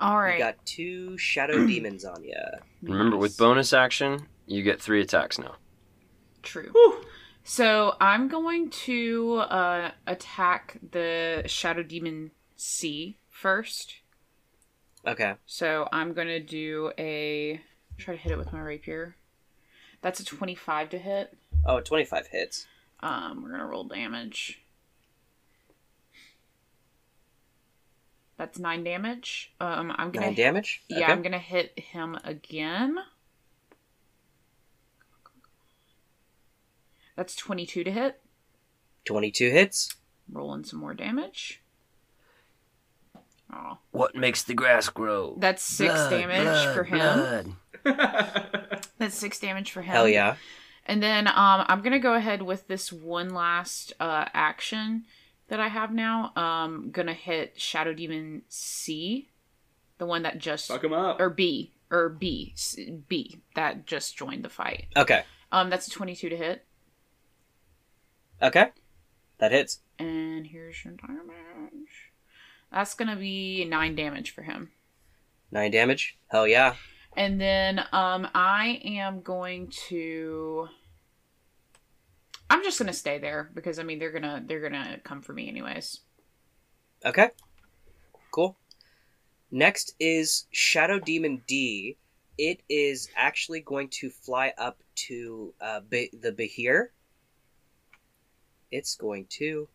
[SPEAKER 1] All right.
[SPEAKER 2] You got two shadow demons on you.
[SPEAKER 5] Remember, with bonus action, you get three attacks now.
[SPEAKER 1] True.
[SPEAKER 3] Whew.
[SPEAKER 1] So I'm going to uh, attack the Shadow Demon C first.
[SPEAKER 2] Okay.
[SPEAKER 1] So I'm going to do a. Try to hit it with my rapier. That's a 25 to hit.
[SPEAKER 2] Oh, 25 hits.
[SPEAKER 1] Um, we're going to roll damage. That's nine damage. Um, I'm gonna
[SPEAKER 2] Nine damage?
[SPEAKER 1] Yeah, I'm gonna hit him again. That's 22 to hit.
[SPEAKER 2] 22 hits.
[SPEAKER 1] Rolling some more damage. Oh,
[SPEAKER 5] What makes the grass grow?
[SPEAKER 1] that's six
[SPEAKER 5] Blood,
[SPEAKER 1] damage
[SPEAKER 5] blood,
[SPEAKER 1] for him.
[SPEAKER 5] blood.
[SPEAKER 1] That's six damage for him.
[SPEAKER 2] Hell yeah.
[SPEAKER 1] And then um, I'm gonna go ahead with this one last uh, action that I have now. Um, gonna hit Shadow Demon C, the one that just
[SPEAKER 3] (laughs) Fuck him up.
[SPEAKER 2] Er,
[SPEAKER 1] or B or B S- B that just joined the fight.
[SPEAKER 2] Okay.
[SPEAKER 1] Um, that's a 22 to hit.
[SPEAKER 2] Okay. That hits.
[SPEAKER 1] And here's your damage. That's gonna be nine damage for him.
[SPEAKER 2] Nine damage. Hell yeah.
[SPEAKER 1] And then um I am going to I'm just gonna stay there because I mean they're gonna they're gonna come for me anyways.
[SPEAKER 2] Okay. Cool. Next is Shadow Demon D. It is actually going to fly up to uh, Be- the Behir. It's going to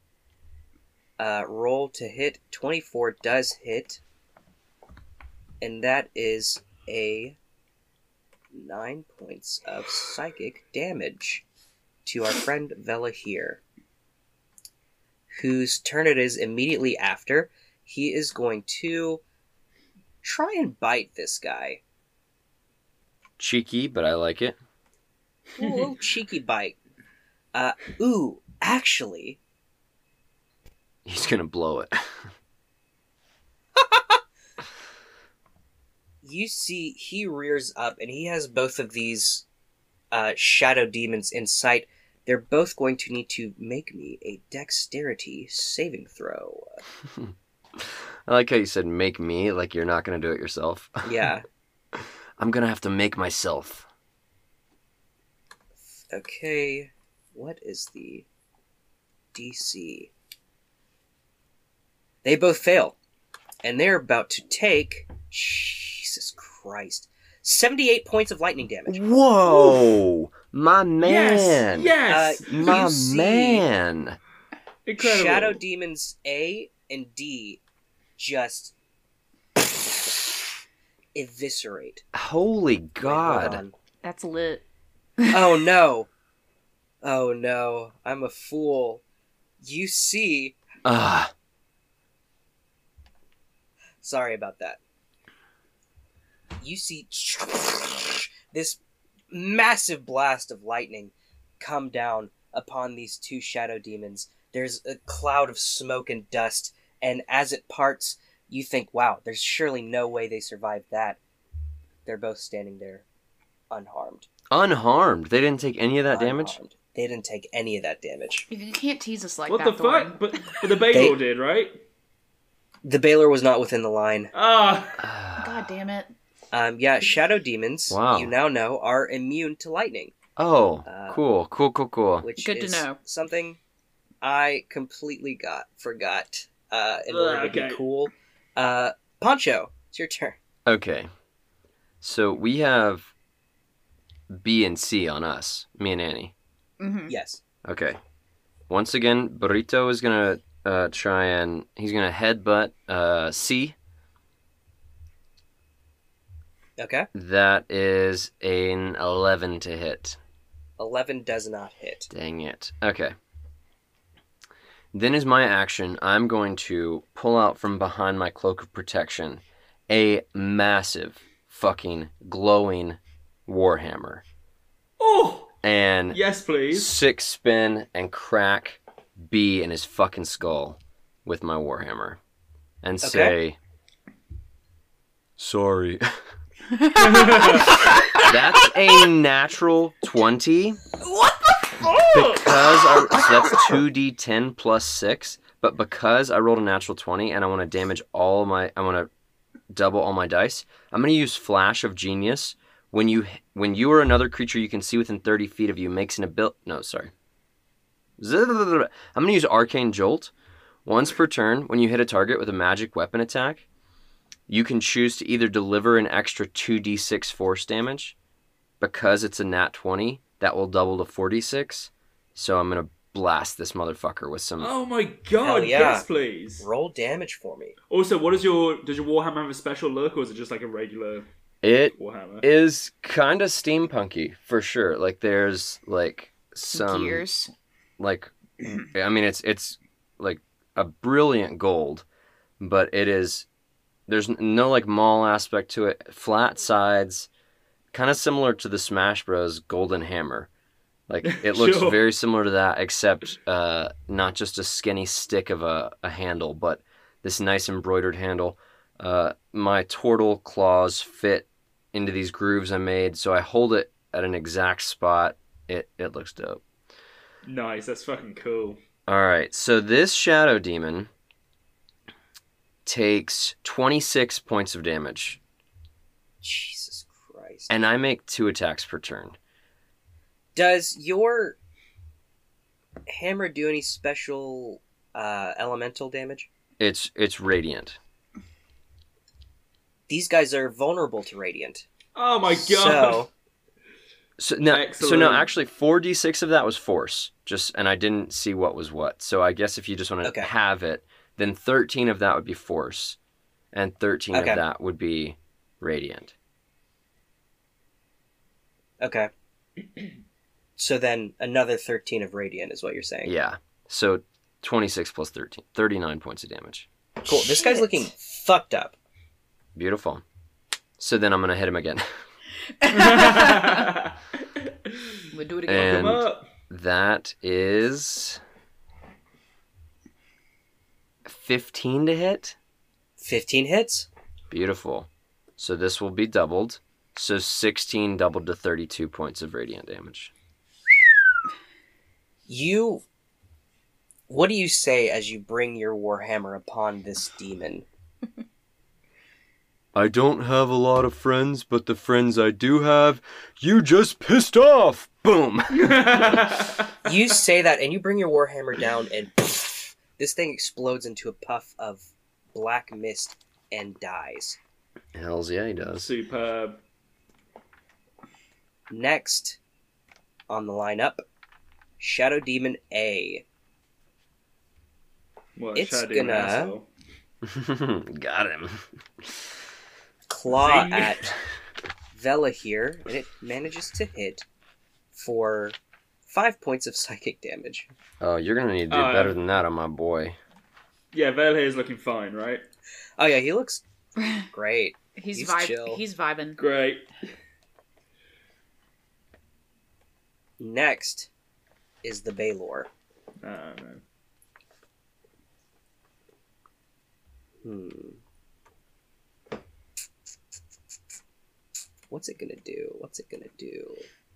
[SPEAKER 2] uh, roll to hit. 24 does hit. And that is a 9 points of psychic damage to our friend Vela here whose turn it is immediately after, he is going to try and bite this guy.
[SPEAKER 5] Cheeky, but I like it. (laughs)
[SPEAKER 2] Ooh, a little cheeky bite. Uh, ooh, actually,
[SPEAKER 5] He's gonna blow it. (laughs)
[SPEAKER 2] you see he rears up and he has both of these uh, shadow demons in sight. They're both going to need to make me a dexterity saving throw.
[SPEAKER 5] I like how you said make me, like you're not gonna do it yourself. (laughs)
[SPEAKER 2] Yeah.
[SPEAKER 5] I'm gonna have to make myself.
[SPEAKER 2] Okay, what is the DC? They both fail, and they're about to take Jesus Christ, seventy-eight points of lightning damage.
[SPEAKER 5] Whoa! My man!
[SPEAKER 3] Yes. Yes.
[SPEAKER 2] Uh,
[SPEAKER 5] My
[SPEAKER 2] You see-
[SPEAKER 5] man!
[SPEAKER 3] Incredible.
[SPEAKER 2] Shadow demons A and D just eviscerate.
[SPEAKER 5] Holy god.
[SPEAKER 2] Hold
[SPEAKER 1] That's lit.
[SPEAKER 2] on. Oh no! Oh no! I'm a fool. You see?
[SPEAKER 5] Ah,
[SPEAKER 2] Sorry about that. You see (laughs) this massive blast of lightning come down upon these two shadow demons. There's a cloud of smoke and dust, and as it parts, you think, wow, there's surely no way they survived that. They're both standing there unharmed.
[SPEAKER 5] unharmed. They didn't take any of that damage?
[SPEAKER 2] Unharmed. They didn't take any of that damage.
[SPEAKER 1] You can't tease us like
[SPEAKER 3] what the
[SPEAKER 1] that. Thorn.
[SPEAKER 3] fuck? But, but
[SPEAKER 2] (laughs)
[SPEAKER 3] the bagel
[SPEAKER 2] They-
[SPEAKER 3] did, right?
[SPEAKER 2] The Baylor was not within the line.
[SPEAKER 3] Ah.
[SPEAKER 1] God damn it.
[SPEAKER 2] Um, yeah, shadow demons,
[SPEAKER 5] Wow.
[SPEAKER 2] you now know, are immune to lightning.
[SPEAKER 5] Oh,
[SPEAKER 2] Uh,
[SPEAKER 5] cool, cool, cool, cool.
[SPEAKER 2] which
[SPEAKER 1] Good to
[SPEAKER 2] is
[SPEAKER 1] know.
[SPEAKER 2] something I completely got forgot uh, in
[SPEAKER 3] Ugh,
[SPEAKER 2] order to
[SPEAKER 3] okay.
[SPEAKER 2] be cool. Uh, Poncho, it's your turn.
[SPEAKER 5] Okay. So we have B and C on us, me and Annie.
[SPEAKER 1] Mm-hmm.
[SPEAKER 2] Yes.
[SPEAKER 5] Okay. Once again, Burrito is gonna uh, try and he's gonna headbutt uh, C.
[SPEAKER 2] Okay.
[SPEAKER 5] That is an eleven to hit.
[SPEAKER 2] Eleven does not hit.
[SPEAKER 5] Dang it. Okay. Then is my action. I'm going to pull out from behind my cloak of protection a massive, fucking, glowing warhammer
[SPEAKER 3] Oh.
[SPEAKER 5] and
[SPEAKER 3] Yes,
[SPEAKER 2] (laughs)
[SPEAKER 3] please.
[SPEAKER 5] six spin and crack B in his fucking skull with my warhammer and say sorry. (laughs) that's a natural 20
[SPEAKER 3] Oh.
[SPEAKER 5] because I, so that's 2d10 plus 6 but because I rolled a natural 20 and I want to damage all my I want to double all my dice. I'm going to use Flash of Genius. When you when you or another creature you can see within 30 feet of you makes an abil no sorry. I'm going to use Arcane Jolt. Once per turn, when you hit a target with a magic weapon attack, you can choose to either deliver an extra 2d6 force damage because it's a nat 20 that will double to 46 so i'm gonna blast this motherfucker with some
[SPEAKER 3] Oh my god!
[SPEAKER 2] Hell yeah.
[SPEAKER 3] Yes, please.
[SPEAKER 2] Roll damage for me.
[SPEAKER 3] Also, what is your does your warhammer have a special look, or is it just like a regular
[SPEAKER 5] it
[SPEAKER 3] warhammer?
[SPEAKER 5] is kind of steampunky for sure like there's like some
[SPEAKER 1] Gears.
[SPEAKER 5] like i mean it's it's like a brilliant gold but it is there's n- no like mall aspect to it flat sides kind of similar to the smash bros golden hammer like it looks
[SPEAKER 3] Sure.
[SPEAKER 5] very similar to that except uh not just a skinny stick of a, a handle but this nice embroidered handle uh my turtle claws fit into these grooves i made so i hold it at an exact spot it it looks dope
[SPEAKER 3] nice. That's fucking cool.
[SPEAKER 5] all right, so this shadow demon takes 26 points of damage,
[SPEAKER 2] Jesus Christ.
[SPEAKER 5] and I make two attacks per turn.
[SPEAKER 2] Does your hammer do any special uh, elemental damage?
[SPEAKER 5] It's it's radiant.
[SPEAKER 2] These guys are vulnerable to radiant.
[SPEAKER 3] Oh my god!
[SPEAKER 2] (laughs) So
[SPEAKER 5] So no, so no,
[SPEAKER 3] Excellent.
[SPEAKER 5] actually, 4d6 of that was force, just and I didn't see what was what. So I guess if you just want to
[SPEAKER 2] Okay.
[SPEAKER 5] have it, then 13 of that would be force, and 13
[SPEAKER 2] Okay.
[SPEAKER 5] of that would be radiant. (clears throat)
[SPEAKER 2] okay. So then another thirteen of radiant is what you're saying.
[SPEAKER 5] Yeah. So 26 plus 13, 39 points of damage.
[SPEAKER 2] Cool. This guy's
[SPEAKER 1] Shit.
[SPEAKER 2] looking fucked up.
[SPEAKER 5] Beautiful. So then I'm gonna hit him again.
[SPEAKER 1] (laughs)
[SPEAKER 3] (laughs)
[SPEAKER 1] Would do it again.
[SPEAKER 5] And
[SPEAKER 3] Come
[SPEAKER 2] (laughs)
[SPEAKER 3] up.
[SPEAKER 5] that is fifteen to hit.
[SPEAKER 2] Fifteen hits.
[SPEAKER 5] Beautiful. So this will be doubled. So sixteen doubled to thirty-two points of radiant damage.
[SPEAKER 2] You. What do you say as you bring your warhammer upon this demon?
[SPEAKER 5] I don't have a lot of friends, but the friends I do have, you just pissed off. Boom.
[SPEAKER 2] you say that and you bring your warhammer down and poof, this thing explodes into a puff of black mist and dies
[SPEAKER 5] Hell's yeah, he does. (laughs)
[SPEAKER 3] Superb.
[SPEAKER 2] next on the lineup shadow demon a
[SPEAKER 3] What,
[SPEAKER 2] It's
[SPEAKER 3] Shadow Demon
[SPEAKER 2] gonna-
[SPEAKER 3] asshole.
[SPEAKER 5] Got him. (laughs)
[SPEAKER 2] claw
[SPEAKER 3] Zing.
[SPEAKER 2] at vela here and it manages to hit for five points of (laughs) psychic damage
[SPEAKER 5] Oh, you're gonna need to do
[SPEAKER 3] Uh,
[SPEAKER 5] better than that on my boy.
[SPEAKER 3] Yeah, Velhe is looking fine, right?
[SPEAKER 2] oh yeah he looks great
[SPEAKER 1] He's,
[SPEAKER 2] He's
[SPEAKER 1] vibing.
[SPEAKER 2] chill.
[SPEAKER 1] He's vibing.
[SPEAKER 3] Great.
[SPEAKER 2] next is the baylor
[SPEAKER 3] I don't know.
[SPEAKER 2] Hmm. What's it gonna do? What's it gonna do?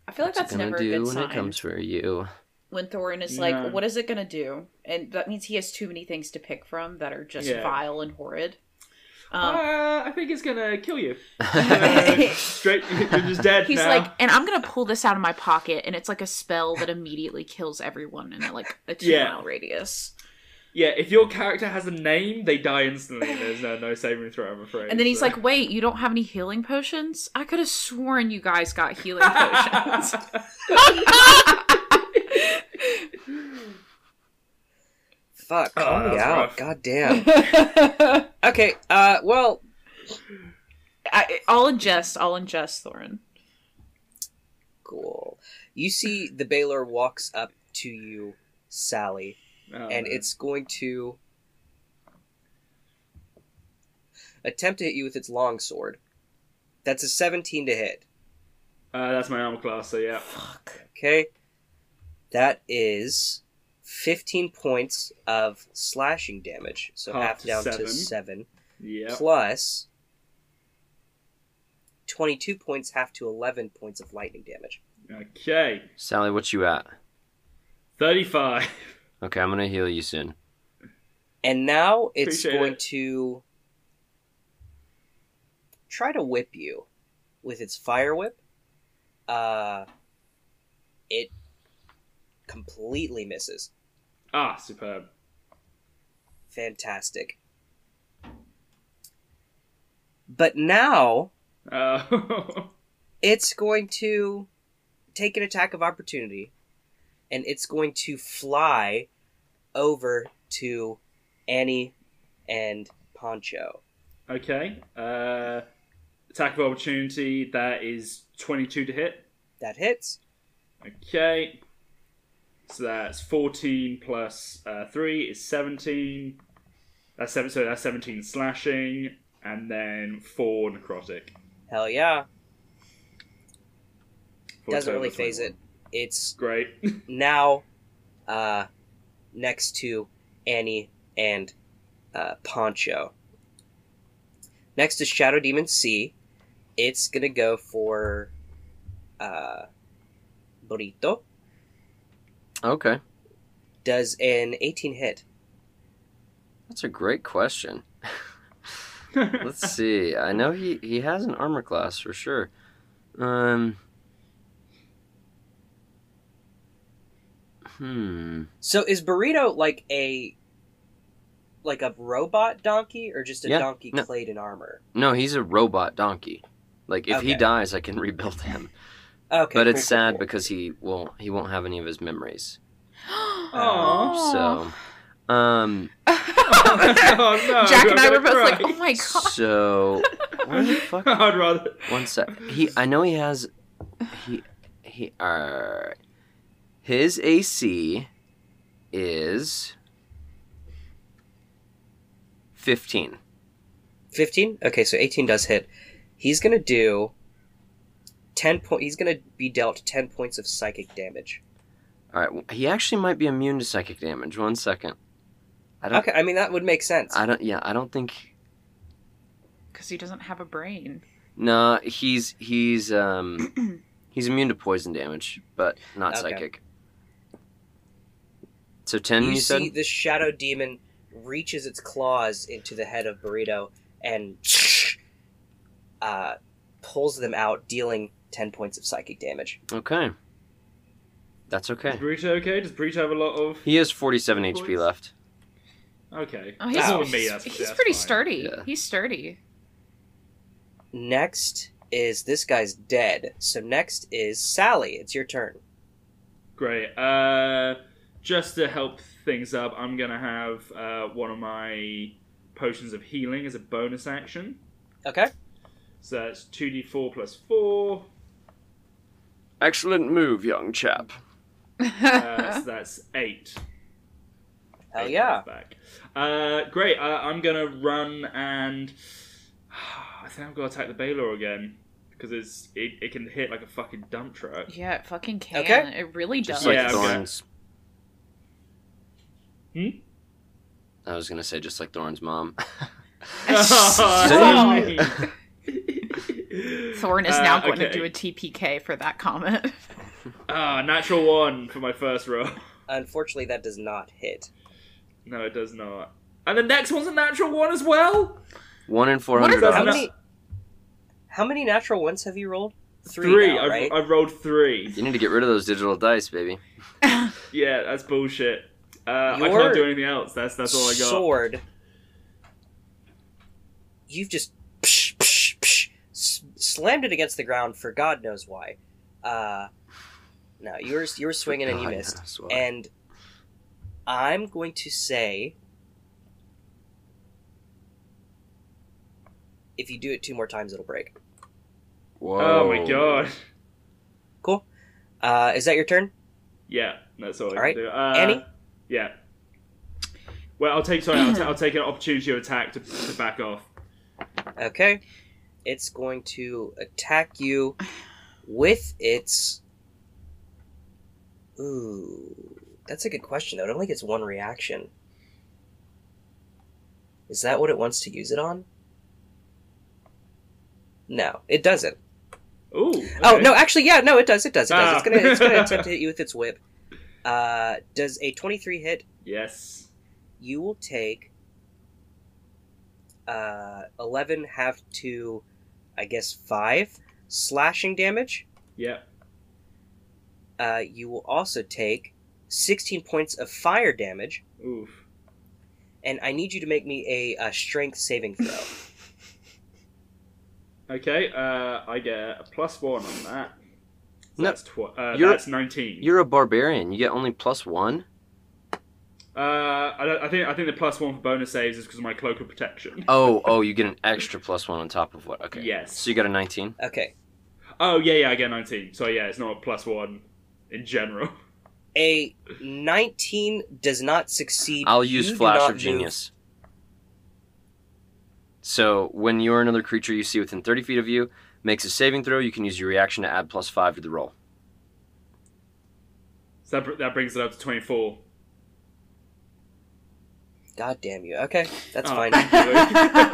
[SPEAKER 1] I feel like
[SPEAKER 5] What's
[SPEAKER 1] that's
[SPEAKER 5] it gonna
[SPEAKER 1] never a
[SPEAKER 5] do
[SPEAKER 1] good
[SPEAKER 5] when
[SPEAKER 1] sign.
[SPEAKER 5] it comes for you?
[SPEAKER 1] when Thorin is
[SPEAKER 3] No.
[SPEAKER 1] like, "What is it gonna do?" and that means he has too many things to pick from that are just
[SPEAKER 3] Yeah.
[SPEAKER 1] vile and horrid. Um,
[SPEAKER 3] uh, I think it's gonna
[SPEAKER 2] (laughs)
[SPEAKER 3] kill you.
[SPEAKER 1] Uh,
[SPEAKER 3] straight, you're just dead
[SPEAKER 1] he's
[SPEAKER 3] now.
[SPEAKER 1] like, and I'm gonna pull this out of my pocket, and it's like a spell that immediately kills everyone in like a two
[SPEAKER 3] Yeah.
[SPEAKER 1] mile radius.
[SPEAKER 3] yeah, if your character has a name, they die instantly. and There's no no saving throw, I'm afraid.
[SPEAKER 1] And then he's
[SPEAKER 3] so.
[SPEAKER 1] like, "Wait, you don't have any healing potions? I could have sworn you guys got healing
[SPEAKER 3] (laughs)
[SPEAKER 1] potions." (laughs)
[SPEAKER 2] Fuck!
[SPEAKER 3] Oh,
[SPEAKER 2] calm
[SPEAKER 3] that
[SPEAKER 2] me
[SPEAKER 3] was
[SPEAKER 2] out.
[SPEAKER 3] rough.
[SPEAKER 2] God damn. okay. Uh. Well.
[SPEAKER 1] I, all in jest, all in jest,
[SPEAKER 5] (gasps)
[SPEAKER 1] Thorin.
[SPEAKER 2] Cool. You see, the Baylor walks up to you, Sally,
[SPEAKER 3] Oh,
[SPEAKER 2] and
[SPEAKER 3] no.
[SPEAKER 2] it's going to attempt to hit you with its long sword. That's a seventeen to hit.
[SPEAKER 3] Uh, that's my armor class, so yeah.
[SPEAKER 2] Okay. That is 15 points of slashing damage. So
[SPEAKER 3] Half
[SPEAKER 2] half
[SPEAKER 3] to
[SPEAKER 2] down
[SPEAKER 3] seven.
[SPEAKER 2] to 7.
[SPEAKER 3] Yeah.
[SPEAKER 2] Plus 22 points, half to 11 points of lightning damage.
[SPEAKER 3] Okay.
[SPEAKER 5] Sally, what you at?
[SPEAKER 3] 35.
[SPEAKER 5] Okay, I'm gonna heal you soon.
[SPEAKER 2] And now it's
[SPEAKER 3] Appreciate
[SPEAKER 2] going
[SPEAKER 3] it.
[SPEAKER 2] to try to whip you with its fire whip. Uh, it completely misses.
[SPEAKER 3] (laughs) Ah, superb.
[SPEAKER 2] Fantastic. But now
[SPEAKER 3] Uh, (laughs)
[SPEAKER 2] it's going to take an attack of opportunity and it's going to fly over to Annie and Poncho.
[SPEAKER 3] okay. Uh, attack of opportunity. That is twenty-two to hit.
[SPEAKER 2] That hits.
[SPEAKER 3] Okay. So that's 14 plus uh, 3 is 17. That's seven, so that's 17 slashing, and then 4 necrotic.
[SPEAKER 2] Hell yeah.
[SPEAKER 3] For a
[SPEAKER 2] Doesn't
[SPEAKER 3] total
[SPEAKER 2] really
[SPEAKER 3] of
[SPEAKER 2] phase
[SPEAKER 3] 21.
[SPEAKER 2] it. It's
[SPEAKER 3] Great. (laughs)
[SPEAKER 2] now uh, next to Annie and uh, Poncho. Next is Shadow Demon C. It's gonna go for uh, Burrito.
[SPEAKER 5] Okay.
[SPEAKER 2] Does an 18 hit?
[SPEAKER 5] That's a great question. (laughs) Let's see. I know he, he has an armor class for sure. Um. Hmm.
[SPEAKER 2] So is Burrito like a like a robot donkey or just a
[SPEAKER 5] Yeah,
[SPEAKER 2] donkey
[SPEAKER 5] no.
[SPEAKER 2] clad in armor?
[SPEAKER 5] No, he's a robot donkey. Like if he
[SPEAKER 2] Okay.
[SPEAKER 5] dies, I can
[SPEAKER 2] (laughs)
[SPEAKER 5] rebuild him.
[SPEAKER 2] Okay,
[SPEAKER 5] but it's
[SPEAKER 2] cool, cool,
[SPEAKER 5] sad
[SPEAKER 2] cool.
[SPEAKER 5] because he will he won't have any of his memories.
[SPEAKER 1] Aw.
[SPEAKER 5] So, um, (laughs)
[SPEAKER 3] Oh, (laughs) no,
[SPEAKER 1] Jack and
[SPEAKER 3] I'm
[SPEAKER 1] I were both
[SPEAKER 3] gonna cry.
[SPEAKER 1] like, "Oh my god!" (laughs)
[SPEAKER 5] so what the fuck?
[SPEAKER 3] I'd rather.
[SPEAKER 5] One sec. He, I know he has. He, he. Alright. His AC is fifteen.
[SPEAKER 2] 15 okay so 18 does hit he's gonna do 10 point he's gonna be dealt 10 points of psychic damage
[SPEAKER 5] Alright. He actually might be immune to psychic damage. One second. I don't.
[SPEAKER 2] okay i mean that would make sense
[SPEAKER 5] I don't. Yeah. I don't think.
[SPEAKER 1] Because he doesn't have a brain.
[SPEAKER 5] Nah. He's he's um.
[SPEAKER 2] (clears throat)
[SPEAKER 5] He's immune to poison damage, but not
[SPEAKER 2] Okay.
[SPEAKER 5] psychic. So ten, you,
[SPEAKER 2] you
[SPEAKER 5] said.
[SPEAKER 2] see this shadow demon reaches its claws into the head of burrito and (sniffs) uh, pulls them out dealing 10 points of psychic damage
[SPEAKER 5] Okay. That's
[SPEAKER 3] Is
[SPEAKER 5] okay.
[SPEAKER 3] Burrito okay? Does Burrito have a lot of.
[SPEAKER 5] He has 47 HP
[SPEAKER 3] Points?
[SPEAKER 5] left.
[SPEAKER 3] Okay.
[SPEAKER 1] Oh, he's
[SPEAKER 3] That's
[SPEAKER 2] Oh,
[SPEAKER 3] on me, that's-
[SPEAKER 1] he's
[SPEAKER 3] that's
[SPEAKER 1] pretty
[SPEAKER 3] fine.
[SPEAKER 1] sturdy.
[SPEAKER 5] Yeah.
[SPEAKER 1] He's sturdy.
[SPEAKER 2] next is this guy's dead so next is sally it's your turn
[SPEAKER 3] Great. Uh, just to help things up, I'm gonna have uh, one of my potions of healing as a bonus action.
[SPEAKER 2] okay
[SPEAKER 3] So that's two d four plus four.
[SPEAKER 5] Excellent move, young chap.
[SPEAKER 2] (laughs)
[SPEAKER 3] Uh, so that's eight.
[SPEAKER 2] hell
[SPEAKER 3] Eight
[SPEAKER 2] yeah
[SPEAKER 3] points Back. Uh, great. Uh, I'm gonna run and (sighs) I think I've got to attack the Baylor again because it's it, it can hit like a fucking dump
[SPEAKER 1] (laughs)
[SPEAKER 3] truck.
[SPEAKER 1] yeah, it fucking can.
[SPEAKER 2] Okay.
[SPEAKER 1] It really does.
[SPEAKER 5] Just
[SPEAKER 3] Yeah,
[SPEAKER 5] like
[SPEAKER 3] okay.
[SPEAKER 5] Thorn's.
[SPEAKER 3] Hmm?
[SPEAKER 5] I was gonna say just like Thorn's mom. (laughs)
[SPEAKER 3] (laughs)
[SPEAKER 2] (laughs)
[SPEAKER 3] Sorry.
[SPEAKER 1] Thorn is
[SPEAKER 3] Uh,
[SPEAKER 1] now going
[SPEAKER 3] okay.
[SPEAKER 1] to do a TPK for that comment.
[SPEAKER 3] Ah, natural one for my first roll.
[SPEAKER 2] unfortunately that does not hit
[SPEAKER 3] (laughs) No, it does not. And the next one's a natural one as well.
[SPEAKER 5] One in four
[SPEAKER 1] What is
[SPEAKER 5] hundred
[SPEAKER 3] that?
[SPEAKER 2] How
[SPEAKER 5] odds.
[SPEAKER 3] That's-
[SPEAKER 2] many, how many natural ones have you rolled? Three, now,
[SPEAKER 3] I've,
[SPEAKER 2] right?
[SPEAKER 3] I've rolled three.
[SPEAKER 5] You need to get rid of those digital dice, baby.
[SPEAKER 3] Yeah, that's bullshit. Uh, I
[SPEAKER 2] Your
[SPEAKER 3] can't do anything else. That's that's all I got.
[SPEAKER 2] Sword. You've just psh, psh, psh, s- slammed it against the ground for God knows why. Uh, no, you were you were swinging and you
[SPEAKER 5] God,
[SPEAKER 2] missed.
[SPEAKER 5] that's why.
[SPEAKER 2] And I'm going to say, if you do it two more times, it'll break.
[SPEAKER 5] Whoa.
[SPEAKER 3] Oh my god.
[SPEAKER 2] Cool. Uh, is that your turn?
[SPEAKER 3] Yeah, that's all, I
[SPEAKER 2] Alright.
[SPEAKER 3] can do. Uh,
[SPEAKER 2] Annie?
[SPEAKER 3] Yeah. Well, I'll take sorry. I'll,
[SPEAKER 2] (clears throat)
[SPEAKER 3] ta- I'll take an opportunity of attack to, to back off.
[SPEAKER 2] Okay. It's going to attack you with its. Ooh. That's a good question, though. It only gets one reaction. Is that what it wants to use it on? No, it doesn't.
[SPEAKER 3] Ooh. okay.
[SPEAKER 2] Oh, no, actually, yeah, no, it does, it does, it does.
[SPEAKER 3] Ah.
[SPEAKER 2] It's gonna, it's
[SPEAKER 3] (laughs)
[SPEAKER 2] gonna attempt to hit you with its whip. Uh, does a 23 hit?
[SPEAKER 3] Yes.
[SPEAKER 2] you will take uh, 11 half to I guess, five slashing damage.
[SPEAKER 3] Yep.
[SPEAKER 2] Uh, you will also take 16 points of fire damage,
[SPEAKER 3] Oof.
[SPEAKER 2] and I need you to make me a, uh strength saving throw.
[SPEAKER 3] Okay, uh, I get a plus one on that. So
[SPEAKER 5] No.
[SPEAKER 3] That's tw- uh,
[SPEAKER 5] You're-
[SPEAKER 3] that's 19.
[SPEAKER 5] You're a barbarian. You get only plus one.
[SPEAKER 3] uh, I, don't, I think I think the plus one for bonus saves is because of my cloak of protection.
[SPEAKER 5] Oh, oh, you get an extra plus one on top of what? Okay.
[SPEAKER 3] Yes.
[SPEAKER 5] So you got a 19.
[SPEAKER 2] okay.
[SPEAKER 3] Oh yeah, yeah, I get 19. So yeah, it's not a plus one in general. (laughs)
[SPEAKER 2] A 19 does not succeed.
[SPEAKER 5] I'll
[SPEAKER 2] You
[SPEAKER 5] use
[SPEAKER 2] do
[SPEAKER 5] Flash
[SPEAKER 2] not
[SPEAKER 5] of
[SPEAKER 2] move.
[SPEAKER 5] Genius. So when you're another creature you see within 30 feet of you makes a saving throw, you can use your reaction to add plus five to the roll.
[SPEAKER 3] So that, br- that brings it up to 24.
[SPEAKER 2] God damn you. Okay, that's
[SPEAKER 3] Oh,
[SPEAKER 2] fine.
[SPEAKER 3] thank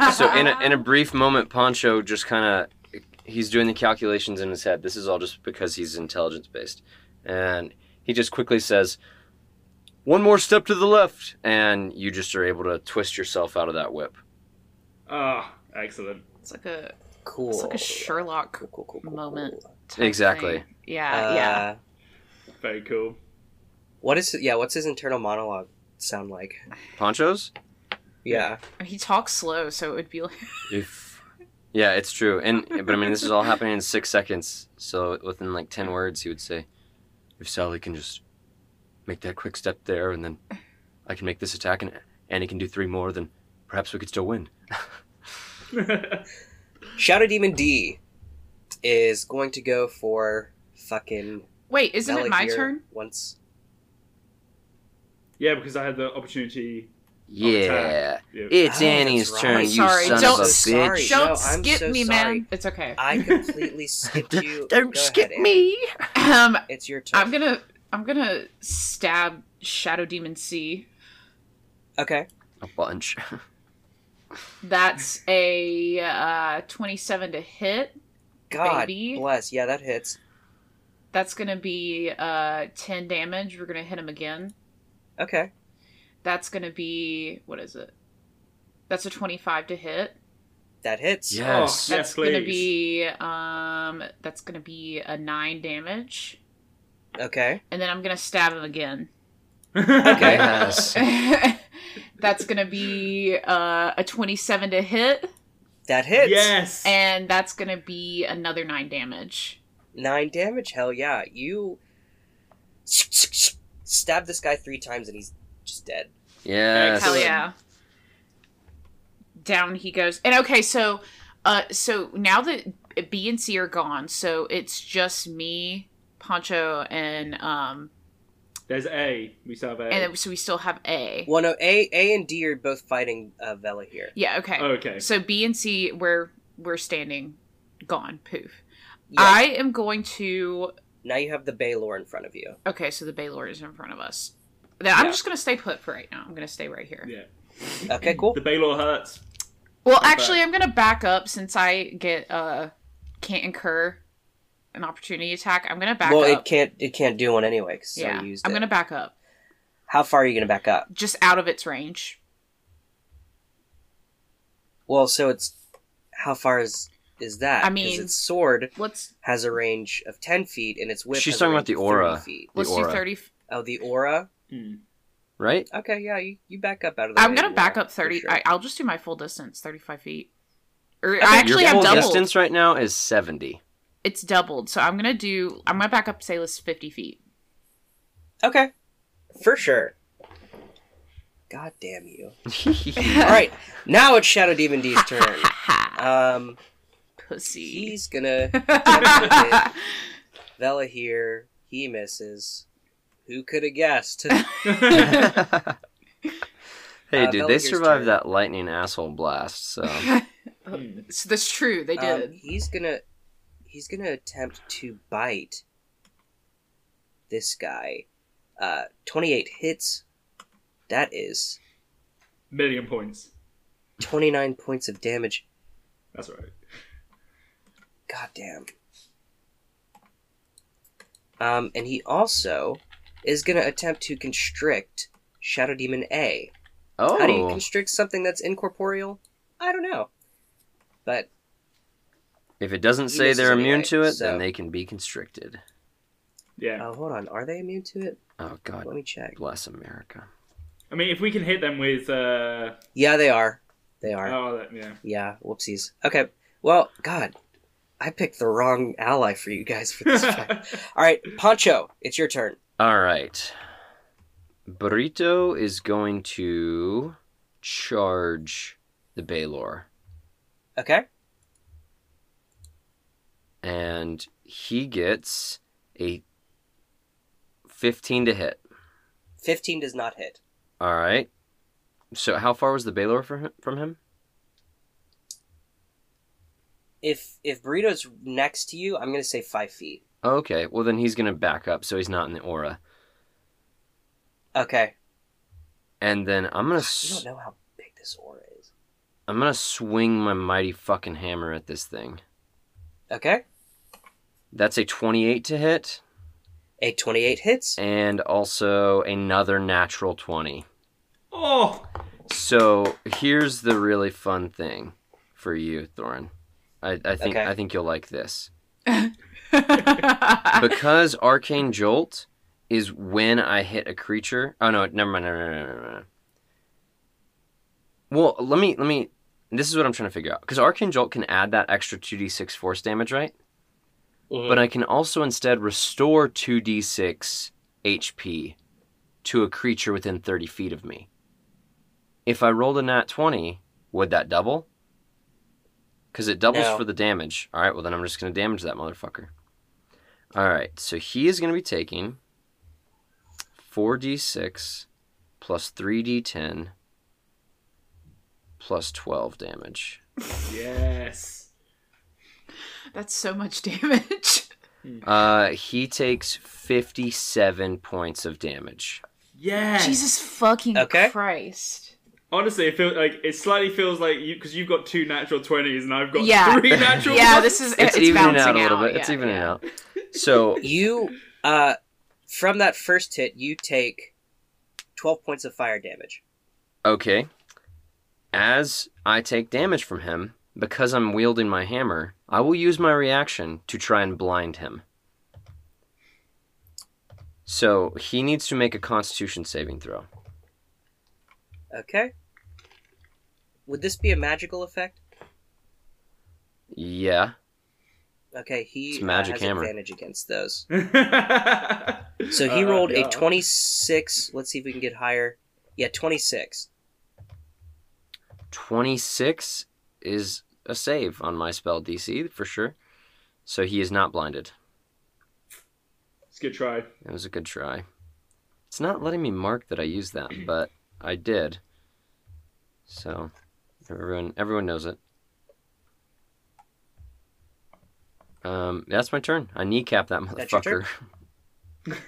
[SPEAKER 2] (laughs)
[SPEAKER 3] you.
[SPEAKER 5] So in a, in a brief moment, Poncho just kind of he's doing the calculations in his head. This is all just because he's intelligence based, and he just quickly says, "One more step to the left," and you just are able to twist yourself out of that whip.
[SPEAKER 3] Ah, excellent.
[SPEAKER 1] (laughs) It's like a
[SPEAKER 2] Cool.
[SPEAKER 1] it's like a Sherlock
[SPEAKER 2] Cool, cool, cool, cool,
[SPEAKER 1] moment.
[SPEAKER 2] cool.
[SPEAKER 1] type
[SPEAKER 5] Exactly.
[SPEAKER 1] thing. Yeah, yeah.
[SPEAKER 2] Uh,
[SPEAKER 3] Very cool. (laughs)
[SPEAKER 2] What is yeah? What's his internal monologue sound like?
[SPEAKER 5] Ponchos?
[SPEAKER 2] Yeah.
[SPEAKER 1] He talks slow, so it would be like (laughs)
[SPEAKER 5] If yeah, it's true. And but I mean, this is all happening in six seconds. So within like ten words, he would say, "If Sally can just make that quick step there, and then I can make this attack, and Annie can do three more, then perhaps we could still win."
[SPEAKER 2] Shadow Demon D is going to go for fucking.
[SPEAKER 1] Wait, isn't it my
[SPEAKER 2] Valakir
[SPEAKER 1] turn?
[SPEAKER 2] Once.
[SPEAKER 3] yeah, because I had the opportunity.
[SPEAKER 5] Yeah,
[SPEAKER 3] attack. Yeah.
[SPEAKER 5] it's
[SPEAKER 2] Oh,
[SPEAKER 5] Annie's
[SPEAKER 2] that's
[SPEAKER 5] turn.
[SPEAKER 2] right.
[SPEAKER 5] You
[SPEAKER 1] Sorry,
[SPEAKER 5] son
[SPEAKER 1] don't-
[SPEAKER 5] of a
[SPEAKER 2] sorry.
[SPEAKER 5] bitch!
[SPEAKER 1] Don't
[SPEAKER 2] No, I'm
[SPEAKER 1] skip
[SPEAKER 2] so
[SPEAKER 1] me,
[SPEAKER 2] sorry. Uh,
[SPEAKER 1] man. It's okay. (laughs)
[SPEAKER 2] I completely
[SPEAKER 5] (laughs)
[SPEAKER 2] skipped you.
[SPEAKER 5] Don't
[SPEAKER 2] Go
[SPEAKER 5] skip
[SPEAKER 2] ahead, Annie.
[SPEAKER 5] me.
[SPEAKER 1] (clears throat) um,
[SPEAKER 2] It's your turn.
[SPEAKER 1] I'm gonna I'm gonna stab Shadow Demon C.
[SPEAKER 2] Okay.
[SPEAKER 5] A
[SPEAKER 2] (laughs)
[SPEAKER 5] bunch.
[SPEAKER 1] That's a uh, 27 to hit.
[SPEAKER 2] God
[SPEAKER 1] Baby.
[SPEAKER 2] bless. Yeah, that hits.
[SPEAKER 1] That's gonna be uh, 10 damage. We're gonna hit him again.
[SPEAKER 2] Okay.
[SPEAKER 1] That's gonna be what is it? That's a 25 to hit.
[SPEAKER 2] That hits.
[SPEAKER 5] Yes.
[SPEAKER 3] Oh, yeah.
[SPEAKER 1] That's gonna
[SPEAKER 3] (laughs)
[SPEAKER 1] be um that's gonna be a nine damage.
[SPEAKER 2] Okay.
[SPEAKER 1] And then I'm gonna stab him again.
[SPEAKER 2] Okay.
[SPEAKER 5] Yes.
[SPEAKER 1] that's gonna be uh, a twenty-seven to hit,
[SPEAKER 2] That hits.
[SPEAKER 3] yes.
[SPEAKER 1] and that's gonna be another nine damage.
[SPEAKER 2] Nine damage. Hell yeah. You stab this guy three times and he's just dead.
[SPEAKER 5] Yes.
[SPEAKER 1] Hell yeah! Down he goes. And okay, so, uh, so now that B and C are gone, so it's just me, Poncho, and um,
[SPEAKER 3] There's A. We still have A.
[SPEAKER 1] and then- so we still have A.
[SPEAKER 2] Well, no, A A and D are both fighting uh, Vela here.
[SPEAKER 1] Yeah. Okay.
[SPEAKER 3] okay.
[SPEAKER 1] So B and C, where we're standing, gone. Poof.
[SPEAKER 2] Yeah.
[SPEAKER 1] I am going to.
[SPEAKER 2] Now you have the Baylor in front of you.
[SPEAKER 1] Okay, so the Baylor is in front of us. Now, I'm
[SPEAKER 2] Yeah.
[SPEAKER 1] just gonna stay put for right now. I'm gonna stay right here.
[SPEAKER 3] Yeah.
[SPEAKER 2] Okay, cool.
[SPEAKER 3] The Baylor hurts.
[SPEAKER 1] Well,
[SPEAKER 3] back.
[SPEAKER 1] actually, I'm gonna back up since I get uh can't incur an opportunity attack. I'm gonna back
[SPEAKER 2] well,
[SPEAKER 1] up.
[SPEAKER 2] it can't it can't do one anyway. 'cause it's
[SPEAKER 1] yeah,
[SPEAKER 2] already used
[SPEAKER 1] I'm
[SPEAKER 2] it.
[SPEAKER 1] gonna back up
[SPEAKER 2] How far are you gonna back up?
[SPEAKER 1] just out of its range.
[SPEAKER 2] Well, so it's how far is is that?
[SPEAKER 1] I
[SPEAKER 2] 'Cause
[SPEAKER 1] mean-
[SPEAKER 2] its sword
[SPEAKER 1] Let's
[SPEAKER 2] has a range of ten feet, and its whip.
[SPEAKER 5] She's
[SPEAKER 2] has a
[SPEAKER 5] talking about
[SPEAKER 2] range
[SPEAKER 5] the
[SPEAKER 2] of
[SPEAKER 5] aura.
[SPEAKER 2] 30 Feet.
[SPEAKER 5] The
[SPEAKER 1] let's do
[SPEAKER 5] aura.
[SPEAKER 1] thirty. f-
[SPEAKER 2] Oh, the aura.
[SPEAKER 3] Hmm.
[SPEAKER 5] Right?
[SPEAKER 2] Okay, yeah, you, you back up out of the.
[SPEAKER 1] I'm
[SPEAKER 2] way
[SPEAKER 1] gonna
[SPEAKER 2] more,
[SPEAKER 1] back up
[SPEAKER 2] for
[SPEAKER 1] thirty.
[SPEAKER 2] sure.
[SPEAKER 1] I, I'll just do my full distance, thirty-five feet. Or
[SPEAKER 2] Okay,
[SPEAKER 1] I
[SPEAKER 5] Your
[SPEAKER 1] actually
[SPEAKER 5] full
[SPEAKER 1] have doubled.
[SPEAKER 5] distance right now is
[SPEAKER 2] (laughs)
[SPEAKER 5] seventy.
[SPEAKER 1] It's doubled, so I'm gonna do. I'm gonna back up. Say, let's fifty feet.
[SPEAKER 2] Okay, for sure. God damn you! (laughs) (laughs) All right, now it's Shadow Demon
[SPEAKER 1] (laughs)
[SPEAKER 2] D's turn. Um,
[SPEAKER 1] Pussy. (laughs)
[SPEAKER 2] he's gonna
[SPEAKER 1] I
[SPEAKER 2] Vela here. He misses. Who could
[SPEAKER 1] (laughs)
[SPEAKER 2] have guessed?
[SPEAKER 5] hey,
[SPEAKER 2] Uh,
[SPEAKER 5] dude, they
[SPEAKER 2] Bellinger's
[SPEAKER 5] survived
[SPEAKER 2] turn.
[SPEAKER 5] that lightning asshole blast. So
[SPEAKER 1] Oh.
[SPEAKER 3] Hmm.
[SPEAKER 1] (laughs) So that's true. They
[SPEAKER 2] Um,
[SPEAKER 1] did.
[SPEAKER 2] he's gonna he's gonna attempt to bite this guy. Uh, twenty eight hits. That is
[SPEAKER 3] Million points.
[SPEAKER 2] twenty nine points of damage.
[SPEAKER 3] That's right.
[SPEAKER 2] God damn. Um, and he also is gonna attempt to constrict Shadow Demon A. (laughs) How do you
[SPEAKER 5] oh,
[SPEAKER 2] constrict something that's incorporeal? I don't know. But
[SPEAKER 5] If it doesn't
[SPEAKER 2] He
[SPEAKER 5] say
[SPEAKER 2] misses
[SPEAKER 5] they're immune
[SPEAKER 2] anyway,
[SPEAKER 5] to it,
[SPEAKER 2] so-
[SPEAKER 5] then they can be constricted.
[SPEAKER 3] Yeah.
[SPEAKER 2] Oh, hold on. Are they immune to it?
[SPEAKER 5] Oh God,
[SPEAKER 2] Let me check.
[SPEAKER 5] bless America.
[SPEAKER 3] I mean, if we can hit them with. Uh,
[SPEAKER 2] Yeah, they are. They are.
[SPEAKER 3] oh, that- yeah.
[SPEAKER 2] Yeah, whoopsies. Okay. Well, God, I picked the wrong ally for you guys for
[SPEAKER 3] (laughs)
[SPEAKER 2] this fight. All right, Pancho, it's your turn.
[SPEAKER 5] All right. Burrito is going to charge the Baylor,
[SPEAKER 2] Okay.
[SPEAKER 5] and he gets a 15 to hit.
[SPEAKER 2] 15 does not hit.
[SPEAKER 5] All right. So how far was the Baylor from him- from him?
[SPEAKER 2] If if Burrito's next to you, I'm going to say 5 feet.
[SPEAKER 5] Okay. Well, then he's gonna back up, so he's not in the aura.
[SPEAKER 2] Okay.
[SPEAKER 5] And then I'm gonna
[SPEAKER 2] You
[SPEAKER 5] s-
[SPEAKER 2] don't know how big this aura is.
[SPEAKER 5] I'm gonna swing my mighty fucking hammer at this thing.
[SPEAKER 2] Okay.
[SPEAKER 5] That's a 28 to hit,
[SPEAKER 2] A 28 hits.
[SPEAKER 5] and also another natural 20.
[SPEAKER 3] Oh!
[SPEAKER 5] So here's the really fun thing for you, Thorin. I, I think
[SPEAKER 2] Okay.
[SPEAKER 5] I think you'll like this (laughs)
[SPEAKER 1] But
[SPEAKER 5] because Arcane Jolt is when I hit a creature. Oh no, never mind. No, no, no, no, no, no. Well, let me let me. This is what I'm trying to figure out because Arcane Jolt can add that extra 2d6 force damage, right?
[SPEAKER 2] Mhm.
[SPEAKER 5] But I can also instead restore 2d6 HP to a creature within 30 feet of me. If I rolled a nat 20, would that double? Because it doubles
[SPEAKER 2] No.
[SPEAKER 5] for the damage. All right, well, then I'm just going to damage that motherfucker. All right, so he is going to be taking 4d6 plus 3d10 plus 12 damage.
[SPEAKER 3] Yes.
[SPEAKER 1] that's so much
[SPEAKER 2] (laughs)
[SPEAKER 1] damage.
[SPEAKER 5] Uh, he takes 57 points of damage.
[SPEAKER 3] Yes.
[SPEAKER 1] Jesus fucking
[SPEAKER 2] Okay.
[SPEAKER 1] Christ.
[SPEAKER 3] Honestly, it feels like it slightly feels like you because you've got two natural twenties and I've got
[SPEAKER 1] Yeah.
[SPEAKER 3] three (laughs) natural.
[SPEAKER 1] Yeah,
[SPEAKER 3] ones.
[SPEAKER 1] this
[SPEAKER 3] (laughs)
[SPEAKER 1] is it's,
[SPEAKER 5] It's, evening
[SPEAKER 1] bouncing
[SPEAKER 5] out a little bit.
[SPEAKER 1] Yeah,
[SPEAKER 5] it's evening
[SPEAKER 1] yeah. (laughs)
[SPEAKER 5] out. So
[SPEAKER 2] You uh from that first hit, you take 12 points of fire damage.
[SPEAKER 5] okay, as I take damage from him because I'm wielding my hammer, I will use my reaction to try and blind him. So he needs to make a Constitution saving throw.
[SPEAKER 2] Okay. Would this be a magical effect?
[SPEAKER 5] Yeah,
[SPEAKER 2] Okay, he
[SPEAKER 5] It's a
[SPEAKER 2] uh,
[SPEAKER 5] magic
[SPEAKER 2] has
[SPEAKER 5] hammer.
[SPEAKER 2] advantage against those.
[SPEAKER 3] is.
[SPEAKER 2] So he rolled a 26. Let's see if we can get higher. Yeah, 26.
[SPEAKER 5] twenty six is a save on my spell DC for sure. So he is not blinded.
[SPEAKER 3] It's a good try.
[SPEAKER 5] It was a good try. It's not letting me mark that I
[SPEAKER 2] (clears throat)
[SPEAKER 5] used that, but I did. So everyone everyone knows it. Um, that's my turn. I kneecap that
[SPEAKER 2] That's your turn?
[SPEAKER 5] motherfucker.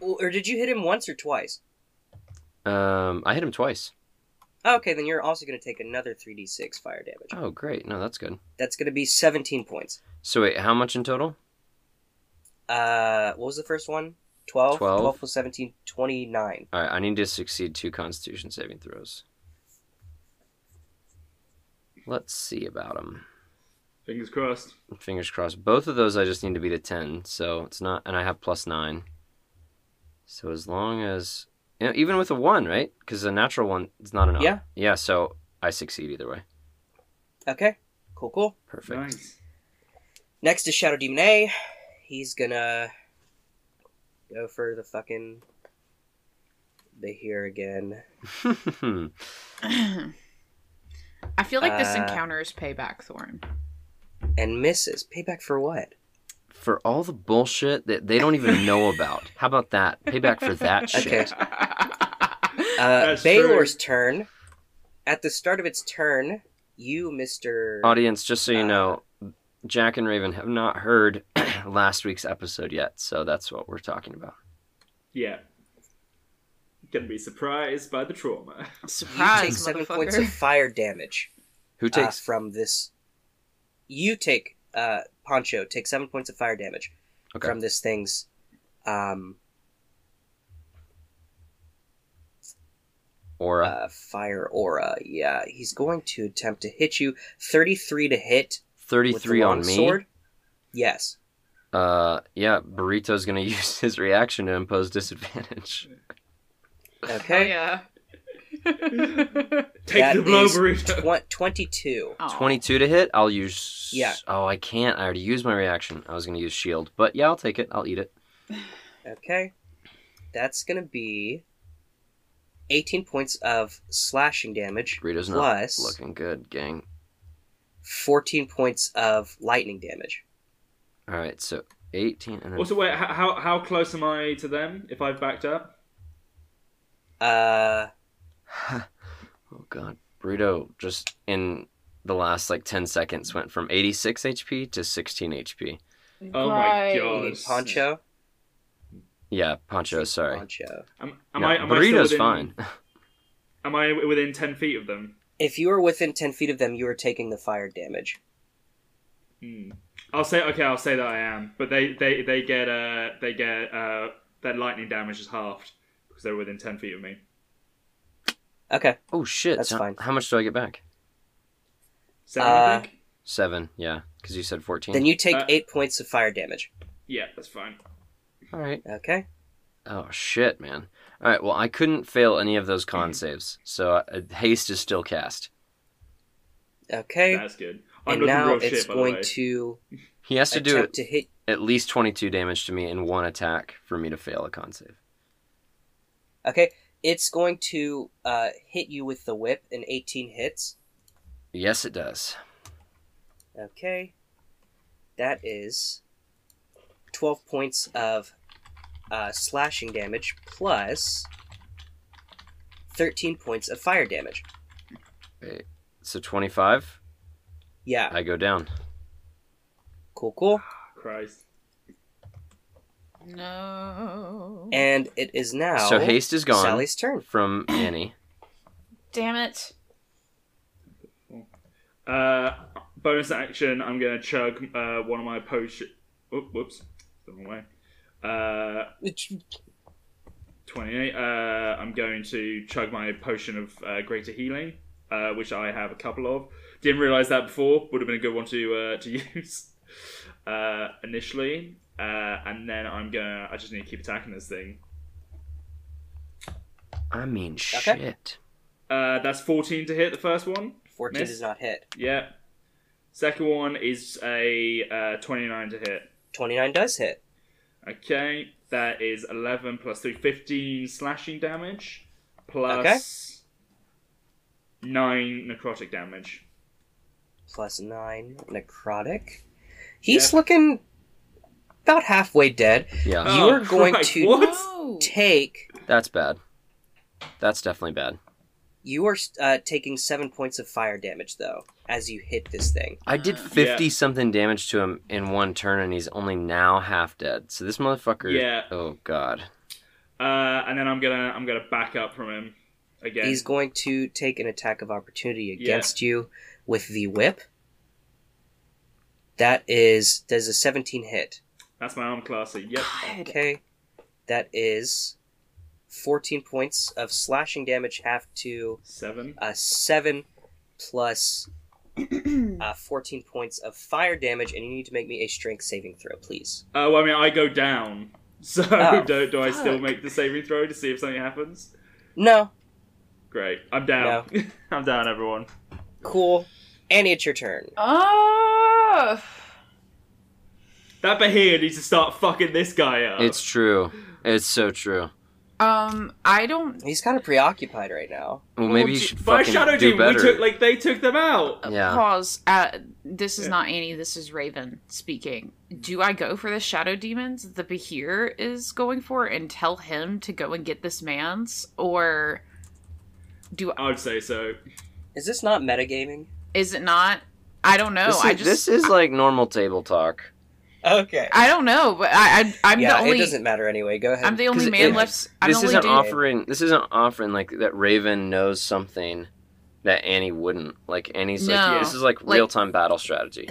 [SPEAKER 2] Well, Or did you hit him once or twice?
[SPEAKER 5] Um, I hit him twice.
[SPEAKER 2] Oh, okay, then you're also going to take another 3d6 fire damage.
[SPEAKER 5] Oh, great. No, that's good.
[SPEAKER 2] That's going to be 17 points.
[SPEAKER 5] So wait, how much in total?
[SPEAKER 2] Uh, what was the first one? 12?
[SPEAKER 5] 12.
[SPEAKER 2] 12 plus 17, 29.
[SPEAKER 5] All right, I need to succeed two Constitution saving throws. Let's see about them.
[SPEAKER 3] Fingers crossed.
[SPEAKER 5] fingers crossed. Both of those I just need to beat a ten, so it's not, and I have plus nine. So as long as, you know, even with a one, right? Because a natural one is not enough.
[SPEAKER 2] Yeah.
[SPEAKER 5] Yeah. So I succeed either way.
[SPEAKER 2] Okay, cool, cool.
[SPEAKER 5] Perfect.
[SPEAKER 3] Nice.
[SPEAKER 2] Next is Shadow Demon A. He's going to go for the fucking. The here again.
[SPEAKER 1] (clears throat) I feel like this
[SPEAKER 2] Uh,
[SPEAKER 1] encounter is payback,
[SPEAKER 5] (laughs)
[SPEAKER 1] Thorn.
[SPEAKER 2] And misses. Payback for what?
[SPEAKER 5] (laughs) for all the bullshit that they don't even know
[SPEAKER 2] (laughs)
[SPEAKER 5] about. How about that? Payback for that shit.
[SPEAKER 2] Okay. Uh,
[SPEAKER 3] That's
[SPEAKER 2] Baylor's turn. At the start of its turn, you, Mister.
[SPEAKER 5] Audience, just so you
[SPEAKER 2] Uh,
[SPEAKER 5] know, Jack and Raven have not heard (clears throat) last week's episode yet, so that's what we're talking about.
[SPEAKER 3] Yeah. Gonna be surprised by the trauma. (laughs)
[SPEAKER 2] you take
[SPEAKER 1] Surprise,
[SPEAKER 2] seven points of
[SPEAKER 1] motherfucker.
[SPEAKER 2] fire damage
[SPEAKER 5] Who
[SPEAKER 2] uh,
[SPEAKER 5] takes?
[SPEAKER 2] from this. You take uh, Poncho take seven points of fire damage
[SPEAKER 5] okay.
[SPEAKER 2] from this thing's. Um,
[SPEAKER 5] Aura.
[SPEAKER 2] uh, fire aura. Yeah, he's going to attempt to hit you. Thirty-three to hit. with the
[SPEAKER 5] 33 on
[SPEAKER 2] long
[SPEAKER 5] me.
[SPEAKER 2] sword.
[SPEAKER 1] (laughs)
[SPEAKER 2] Yes.
[SPEAKER 5] Uh, yeah, Burrito's gonna (laughs) use his reaction to impose disadvantage.
[SPEAKER 2] Okay.
[SPEAKER 1] Oh,
[SPEAKER 5] (laughs)
[SPEAKER 1] yeah.
[SPEAKER 3] Take
[SPEAKER 2] That
[SPEAKER 3] the blow,
[SPEAKER 2] is
[SPEAKER 1] Oh,
[SPEAKER 3] burrito.
[SPEAKER 2] Twen- 22.
[SPEAKER 1] Aw.
[SPEAKER 5] 22 to hit, I'll use.
[SPEAKER 2] Yeah.
[SPEAKER 5] Oh, I can't. I already used my reaction. I was gonna use shield, but yeah, I'll take it. I'll eat it.
[SPEAKER 2] Okay. That's going to be 18 points of slashing damage,
[SPEAKER 5] Burrito's not
[SPEAKER 2] Plus-
[SPEAKER 5] looking good, gang.
[SPEAKER 2] 14 points of lightning damage.
[SPEAKER 5] All right, so 18 and then.
[SPEAKER 3] Also, wait, h- how how close am I to them if I've backed up?
[SPEAKER 2] Uh,
[SPEAKER 5] (laughs) Oh god, Burrito just in the last like 10 seconds went from 86 HP to 16 HP.
[SPEAKER 3] Oh my
[SPEAKER 1] Right.
[SPEAKER 2] you
[SPEAKER 3] God.
[SPEAKER 2] need Poncho?
[SPEAKER 5] Yeah, Poncho. Sorry.
[SPEAKER 2] Poncho.
[SPEAKER 3] Am, am
[SPEAKER 5] No,
[SPEAKER 3] I, am I still
[SPEAKER 5] burrito's
[SPEAKER 3] within,
[SPEAKER 5] fine.
[SPEAKER 3] Am I within ten feet of them?
[SPEAKER 2] If you were within 10 feet of them, you are taking the fire damage.
[SPEAKER 3] Hmm. I'll say okay. I'll say that I am, but they they they get uh they get uh their lightning damage is halved because they're within ten feet of me.
[SPEAKER 2] Okay.
[SPEAKER 5] Oh shit.
[SPEAKER 2] That's
[SPEAKER 5] so
[SPEAKER 2] fine.
[SPEAKER 5] How much do I get back?
[SPEAKER 3] Seven, I
[SPEAKER 2] Uh,
[SPEAKER 3] think.
[SPEAKER 5] Seven. Yeah, because you said 14.
[SPEAKER 2] Then you take
[SPEAKER 3] Uh,
[SPEAKER 2] 8 points of fire damage.
[SPEAKER 3] Yeah, that's fine.
[SPEAKER 5] All right.
[SPEAKER 2] Okay.
[SPEAKER 5] Oh shit, man! All right, well I couldn't fail any of those
[SPEAKER 2] Mm-hmm.
[SPEAKER 5] con saves, so uh, haste is still cast.
[SPEAKER 2] Okay.
[SPEAKER 3] That's good. I'm
[SPEAKER 2] and
[SPEAKER 3] looking
[SPEAKER 2] now
[SPEAKER 3] real
[SPEAKER 2] it's
[SPEAKER 3] shit, by the
[SPEAKER 2] going
[SPEAKER 3] way.
[SPEAKER 2] to
[SPEAKER 5] He has to do
[SPEAKER 2] attempt
[SPEAKER 5] it,
[SPEAKER 2] to hit.
[SPEAKER 5] at least twenty-two damage to me in one attack for me to fail a con save.
[SPEAKER 2] Okay. It's going to uh, hit you with the whip in 18 hits.
[SPEAKER 5] Yes, it does.
[SPEAKER 2] Okay. That is 12 points of uh, slashing damage plus 13 points of fire damage.
[SPEAKER 5] So twenty-five,
[SPEAKER 2] Yeah.
[SPEAKER 5] I go down.
[SPEAKER 2] Cool, cool.
[SPEAKER 3] Christ.
[SPEAKER 1] No.
[SPEAKER 2] And it is now
[SPEAKER 5] So haste is gone
[SPEAKER 2] Sally's turn.
[SPEAKER 5] from Annie.
[SPEAKER 1] Damn it.
[SPEAKER 3] Uh, bonus action. I'm gonna chug uh one of my potion. Oop, whoops, the wrong way. Uh, twenty-eight. Uh, I'm going to chug my potion of uh, greater healing, uh, which I have a couple of. Didn't realize that before. Would have been a good one to uh, (laughs) to use uh, initially. Uh, and then I'm gonna. I just need to keep attacking this thing.
[SPEAKER 5] I mean,
[SPEAKER 2] Okay.
[SPEAKER 5] shit.
[SPEAKER 3] Uh, that's 14 to hit the first one.
[SPEAKER 2] 14
[SPEAKER 3] Miss.
[SPEAKER 2] does not hit.
[SPEAKER 3] Yeah. Second one is a uh, 29 to hit.
[SPEAKER 2] 29 does hit.
[SPEAKER 3] Okay, that is 11 plus 3, 15 slashing damage, plus 9 necrotic damage.
[SPEAKER 2] Plus 9 necrotic. He's
[SPEAKER 3] Yep.
[SPEAKER 2] looking about halfway dead.
[SPEAKER 5] Yeah,
[SPEAKER 2] You are going
[SPEAKER 3] Christ,
[SPEAKER 2] to-
[SPEAKER 3] Oh, (laughs) What?
[SPEAKER 1] No.
[SPEAKER 2] Take
[SPEAKER 5] that's bad. That's definitely bad.
[SPEAKER 2] You are uh, taking seven points of fire damage, though, as you hit this thing.
[SPEAKER 5] I did
[SPEAKER 1] Uh,
[SPEAKER 5] fifty something damage to him in one turn, and he's only now half dead. So this motherfucker.
[SPEAKER 3] Yeah.
[SPEAKER 5] Oh god.
[SPEAKER 3] Uh, and then I'm gonna I'm gonna back up from him again.
[SPEAKER 2] He's going to take an attack of opportunity
[SPEAKER 3] Yeah.
[SPEAKER 2] against you with the whip. That is, there's a 17 hit.
[SPEAKER 3] That's my arm class. so Yep.
[SPEAKER 1] God.
[SPEAKER 2] Okay. That is 14 points of slashing damage, half to
[SPEAKER 3] 7.
[SPEAKER 2] uh, 7 plus uh, 14 points of fire damage, and you need to make me a strength saving throw, please.
[SPEAKER 3] Oh, well, I mean, I go down. (laughs) So
[SPEAKER 2] Oh,
[SPEAKER 3] do, do I still
[SPEAKER 1] fuck.
[SPEAKER 3] make the saving throw to see if something happens?
[SPEAKER 2] No.
[SPEAKER 3] Great. I'm down. (laughs) I'm down, everyone.
[SPEAKER 2] Cool. Annie, it's your turn.
[SPEAKER 1] Oh.
[SPEAKER 3] That Bahir needs to start fucking this guy up.
[SPEAKER 5] It's true. It's so true.
[SPEAKER 1] Um, I don't.
[SPEAKER 2] He's kind of preoccupied right now.
[SPEAKER 5] Well, maybe
[SPEAKER 1] Well,
[SPEAKER 5] you
[SPEAKER 1] j-
[SPEAKER 5] should
[SPEAKER 3] by
[SPEAKER 5] fucking
[SPEAKER 3] Shadow
[SPEAKER 5] do
[SPEAKER 3] Doom, we
[SPEAKER 5] better.
[SPEAKER 3] took like they took them out.
[SPEAKER 5] Yeah.
[SPEAKER 1] Pause. Uh, this is
[SPEAKER 3] Yeah.
[SPEAKER 1] not Annie. This is Raven speaking. Do I go for the shadow demons that Bahir is going for and tell him to go and get this man's, or do
[SPEAKER 3] I would say so.
[SPEAKER 2] Is this not metagaming?
[SPEAKER 1] is it not? I don't know.
[SPEAKER 5] this, is,
[SPEAKER 1] I just
[SPEAKER 5] this is like normal table talk.
[SPEAKER 2] Okay.
[SPEAKER 1] I don't know, but I, I I'm
[SPEAKER 2] yeah,
[SPEAKER 1] the only
[SPEAKER 2] it doesn't matter anyway. Go ahead.
[SPEAKER 1] I'm the only
[SPEAKER 5] 'Cause
[SPEAKER 1] man
[SPEAKER 5] it-
[SPEAKER 1] left. I'm
[SPEAKER 5] this
[SPEAKER 1] the only
[SPEAKER 5] isn't
[SPEAKER 1] dude.
[SPEAKER 5] offering. This isn't offering like that. Raven knows something that Annie wouldn't. Like Annie's
[SPEAKER 1] No.
[SPEAKER 5] like this is like
[SPEAKER 1] Like-
[SPEAKER 5] real time battle strategy.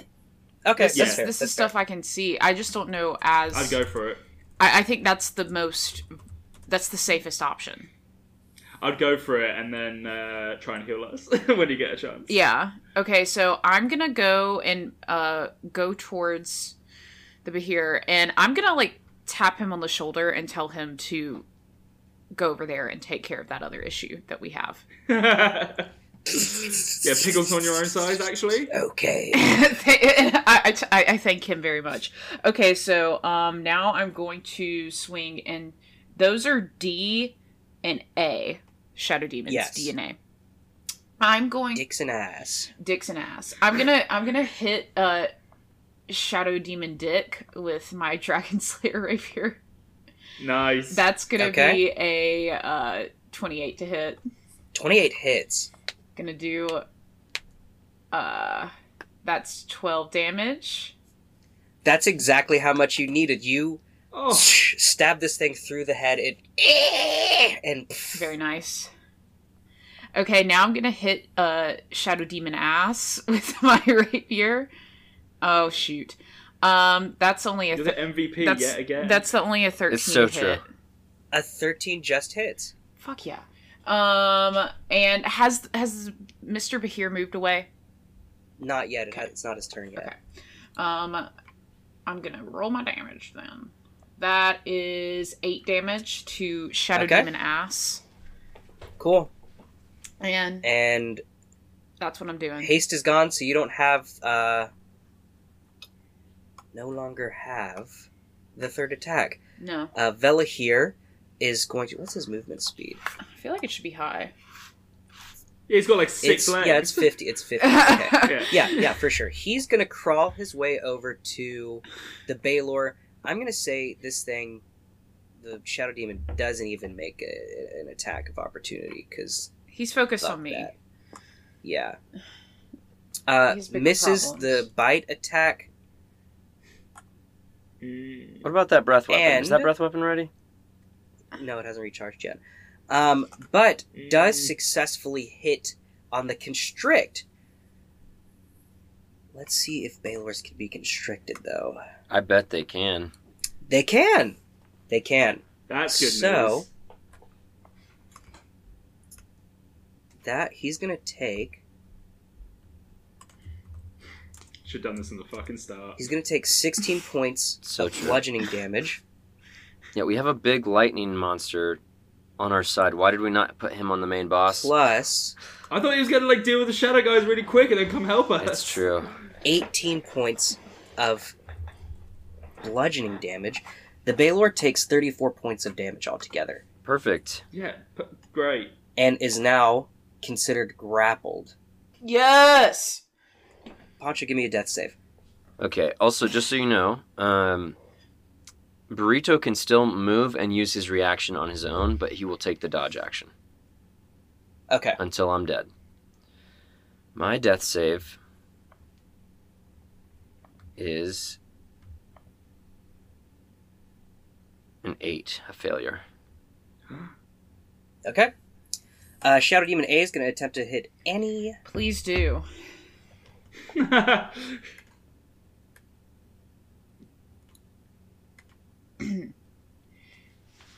[SPEAKER 2] okay,
[SPEAKER 1] This
[SPEAKER 3] Yeah.
[SPEAKER 1] is
[SPEAKER 2] that's fair,
[SPEAKER 1] this
[SPEAKER 2] that's
[SPEAKER 1] is stuff
[SPEAKER 2] fair.
[SPEAKER 1] I can see. I just don't know as
[SPEAKER 3] I'd go for it.
[SPEAKER 1] I, I think that's the most that's the safest option.
[SPEAKER 3] I'd go for it and then uh, try and heal us (laughs) when you get a chance.
[SPEAKER 1] Yeah. Okay, so I'm gonna go and uh go towards the Bahir and I'm gonna like tap him on the shoulder and tell him to go over there and take care of that other issue that we have.
[SPEAKER 3] (laughs)
[SPEAKER 1] (laughs)
[SPEAKER 3] yeah, Pickle's on your own side, actually.
[SPEAKER 2] Okay. (laughs)
[SPEAKER 1] I, I t- I- I thank him very much. Okay, so um now I'm going to swing and those are D and A Shadow Demons
[SPEAKER 2] Yes.
[SPEAKER 1] D and A. I'm going
[SPEAKER 2] Dicks and ass.
[SPEAKER 1] dicks and ass. I'm gonna I'm gonna hit uh Shadow Demon Dick with my (laughs) Dragon Slayer rapier.
[SPEAKER 3] Nice.
[SPEAKER 1] That's gonna
[SPEAKER 2] Okay.
[SPEAKER 1] be a uh 28 to hit.
[SPEAKER 2] 28 hits.
[SPEAKER 1] Gonna do uh that's 12 damage.
[SPEAKER 2] That's exactly how much you needed. You (laughs)
[SPEAKER 3] oh,
[SPEAKER 2] stab this thing through the head. It (laughs) and
[SPEAKER 1] Very nice. Okay, now I'm gonna hit uh Shadow Demon ass (laughs) with my rapier. Oh shoot. Um that's only a
[SPEAKER 3] you're
[SPEAKER 1] th-
[SPEAKER 3] the MVP
[SPEAKER 1] that's,
[SPEAKER 3] yet again.
[SPEAKER 1] that's the only a 13
[SPEAKER 5] It's so
[SPEAKER 1] hit.
[SPEAKER 5] true.
[SPEAKER 2] a 13 just hits.
[SPEAKER 1] Fuck yeah. Um and has has Mr. Bahir moved away?
[SPEAKER 2] Not yet.
[SPEAKER 1] Okay.
[SPEAKER 2] It's not his turn yet.
[SPEAKER 1] Okay. Um I'm going to roll my damage then. That is 8 damage to Shadow
[SPEAKER 2] Okay.
[SPEAKER 1] Demon ass.
[SPEAKER 2] Cool.
[SPEAKER 1] And
[SPEAKER 2] And
[SPEAKER 1] that's what I'm doing.
[SPEAKER 2] haste is gone, so you don't have. uh No longer have the third attack.
[SPEAKER 1] No.
[SPEAKER 2] Uh, Vela here is going to. What's his movement speed?
[SPEAKER 1] I feel like it should be high.
[SPEAKER 3] yeah, he's got like six
[SPEAKER 2] it's,
[SPEAKER 3] legs.
[SPEAKER 2] Yeah, it's 50.
[SPEAKER 1] (laughs)
[SPEAKER 2] It's 50. Okay.
[SPEAKER 3] Yeah.
[SPEAKER 2] yeah, yeah, for sure. He's gonna crawl his way over to the Baylor. I'm gonna say this thing, the Shadow Demon doesn't even make a, an attack of opportunity because
[SPEAKER 1] He's focused on me.
[SPEAKER 2] that. yeah, uh,
[SPEAKER 1] He's big
[SPEAKER 2] misses the
[SPEAKER 1] problems.
[SPEAKER 2] bite attack.
[SPEAKER 3] Mm.
[SPEAKER 5] What about that breath weapon? Is that
[SPEAKER 2] And-
[SPEAKER 5] breath weapon ready?
[SPEAKER 2] No, it hasn't recharged yet. Um, but does
[SPEAKER 3] Mm.
[SPEAKER 2] successfully hit on the constrict. Let's see if Baylors can be constricted though.
[SPEAKER 5] I bet they can.
[SPEAKER 2] They can. They can.
[SPEAKER 3] That's good
[SPEAKER 2] So-
[SPEAKER 3] news.
[SPEAKER 2] that he's gonna take
[SPEAKER 3] Should have done this in the fucking start.
[SPEAKER 2] he's gonna take
[SPEAKER 5] (laughs)
[SPEAKER 2] 16 points
[SPEAKER 5] So
[SPEAKER 2] of
[SPEAKER 5] true.
[SPEAKER 2] bludgeoning damage
[SPEAKER 5] Yeah, we have a big lightning monster on our side. Why did we not put him on the main boss?
[SPEAKER 2] plus
[SPEAKER 3] I thought he was gonna like deal with the shadow guys really quick and then come help us.
[SPEAKER 5] It's true.
[SPEAKER 2] 18 points of bludgeoning damage the Baylor takes 34 points of damage altogether
[SPEAKER 5] Perfect.
[SPEAKER 3] Yeah, p- great. (laughs)
[SPEAKER 2] and is now considered grappled
[SPEAKER 1] Yes.
[SPEAKER 2] Pancho give me a death save
[SPEAKER 5] Okay. Also, just so you know, um, Burrito can still move and use his reaction on his own, but he will take the dodge action
[SPEAKER 2] okay
[SPEAKER 5] until I'm dead. My death save is an eight, a failure.
[SPEAKER 2] okay uh, Shadow Demon A is going to attempt to hit any.
[SPEAKER 1] Please do.
[SPEAKER 3] (laughs)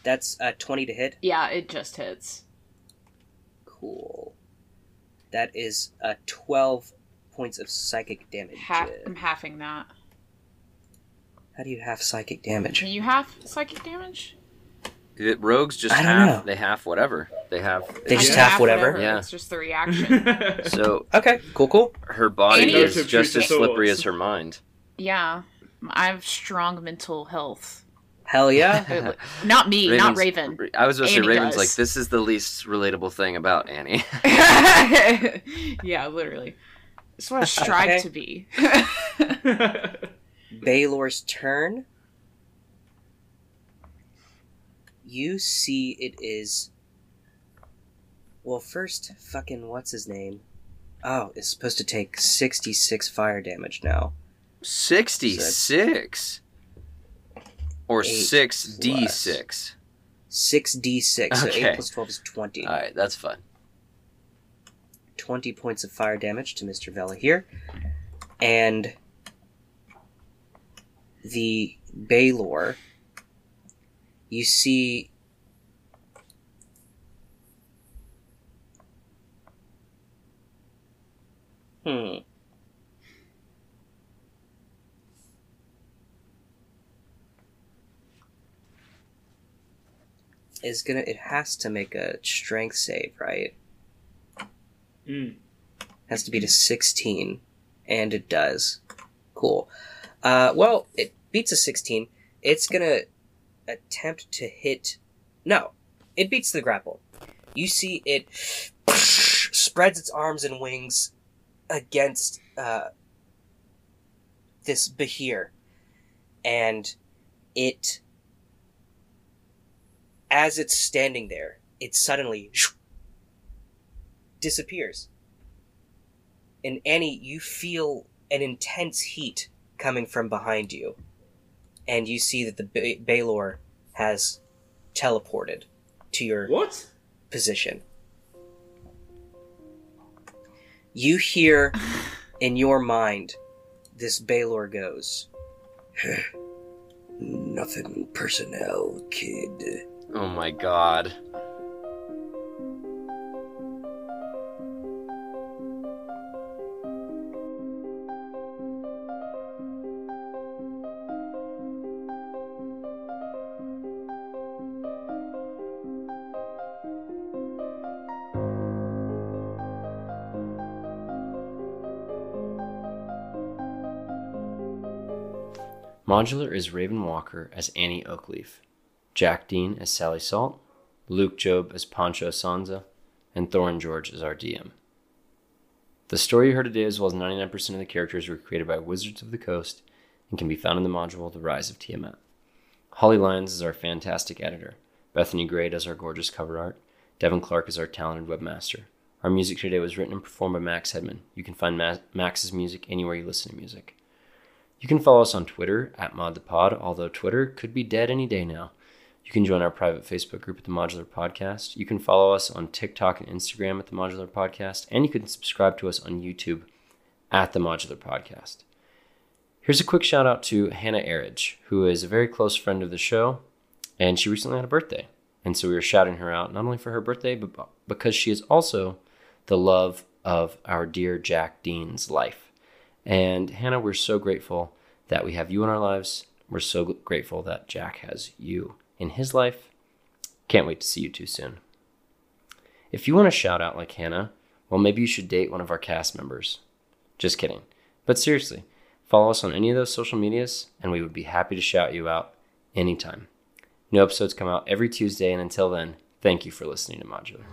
[SPEAKER 2] That's uh, 20 to hit.
[SPEAKER 1] Yeah, it just hits.
[SPEAKER 2] Cool. That is uh, 12 points of psychic damage.
[SPEAKER 1] Half, I'm halving that.
[SPEAKER 2] How do you have psychic damage?
[SPEAKER 1] Can you half psychic damage?
[SPEAKER 5] The rogues just
[SPEAKER 2] I don't
[SPEAKER 5] half.
[SPEAKER 2] know.
[SPEAKER 5] They half whatever. They have.
[SPEAKER 2] They
[SPEAKER 1] I
[SPEAKER 2] just
[SPEAKER 1] can
[SPEAKER 2] half whatever.
[SPEAKER 5] Yeah.
[SPEAKER 1] It's just the reaction.
[SPEAKER 5] So
[SPEAKER 2] Okay, cool, cool.
[SPEAKER 5] her body
[SPEAKER 1] Any-
[SPEAKER 5] is just as
[SPEAKER 3] Those are
[SPEAKER 5] slippery
[SPEAKER 3] swords.
[SPEAKER 5] as her mind.
[SPEAKER 1] yeah. I have strong mental health.
[SPEAKER 2] Hell
[SPEAKER 5] (laughs)
[SPEAKER 2] yeah.
[SPEAKER 1] Uh, Not me, not Raven.
[SPEAKER 5] Ra- I was about to say
[SPEAKER 1] Annie
[SPEAKER 5] Raven's
[SPEAKER 1] does.
[SPEAKER 5] like this is the least relatable thing about Annie.
[SPEAKER 1] (laughs)
[SPEAKER 5] (laughs)
[SPEAKER 1] yeah, literally. It's what I strive
[SPEAKER 2] Okay.
[SPEAKER 1] to be. (laughs)
[SPEAKER 2] Baylor's turn. You see, it is. Well, first, fucking what's his name? Oh, it's supposed to take 66 fire damage now.
[SPEAKER 5] Sixty six or
[SPEAKER 2] Eight
[SPEAKER 5] six d six.
[SPEAKER 2] 6d6, so 8
[SPEAKER 5] Okay. Uh,
[SPEAKER 2] plus 12 is 20.
[SPEAKER 5] All right, that's fun.
[SPEAKER 2] 20 points of fire damage to Mr. Vela here. And the Baylor, you see. Hmm. Is gonna. It has to make a strength save, right?
[SPEAKER 3] Mm.
[SPEAKER 2] has to be to 16 and it does cool uh, well it beats a 16 it's gonna attempt to hit no it beats the grapple you see it (sniffs) spreads its arms and wings against uh, this behir and it as it's standing there it suddenly (sniffs) disappears and Annie, you feel an intense heat coming from behind you, and you see that the ba- Baylor has teleported to your
[SPEAKER 3] What?
[SPEAKER 2] position. You hear in your mind this Baylor goes. Nothing personnel, kid.
[SPEAKER 5] Oh my god. Modular is Raven Walker as Annie Oakleaf, Jack Dean as Sally Salt, Luke Job as Pancho Sanza, and Thorin George as our DM. The story you heard today, as well as 99% of the characters, were created by Wizards of the Coast and can be found in the module The Rise of Tiamat. Holly Lyons is our fantastic editor, Bethany Gray does our gorgeous cover art, Devin Clark is our talented webmaster. Our music today was written and performed by Max Hedman. You can find Ma- Max's music anywhere you listen to music. You can follow us on Twitter at ModThePod, although Twitter could be dead any day now. You can join our private Facebook group at the Modular Podcast. You can follow us on TikTok and Instagram at the Modular Podcast, and you can subscribe to us on YouTube at the Modular Podcast. Here's a quick shout out to Hannah Erridge, who is a very close friend of the show, and she recently had a birthday. And so we were shouting her out, not only for her birthday, but b- because she is also the love of our dear Jack Dean's life. And Hannah, we're so grateful that we have you in our lives. We're so grateful that Jack has you in his life. Can't wait to see you too soon. If you want a shout out like Hannah, well, maybe you should date one of our cast members. Just kidding. But seriously, follow us on any of those social medias, and we would be happy to shout you out anytime. New episodes come out every Tuesday, and until then, thank you for listening to Modular.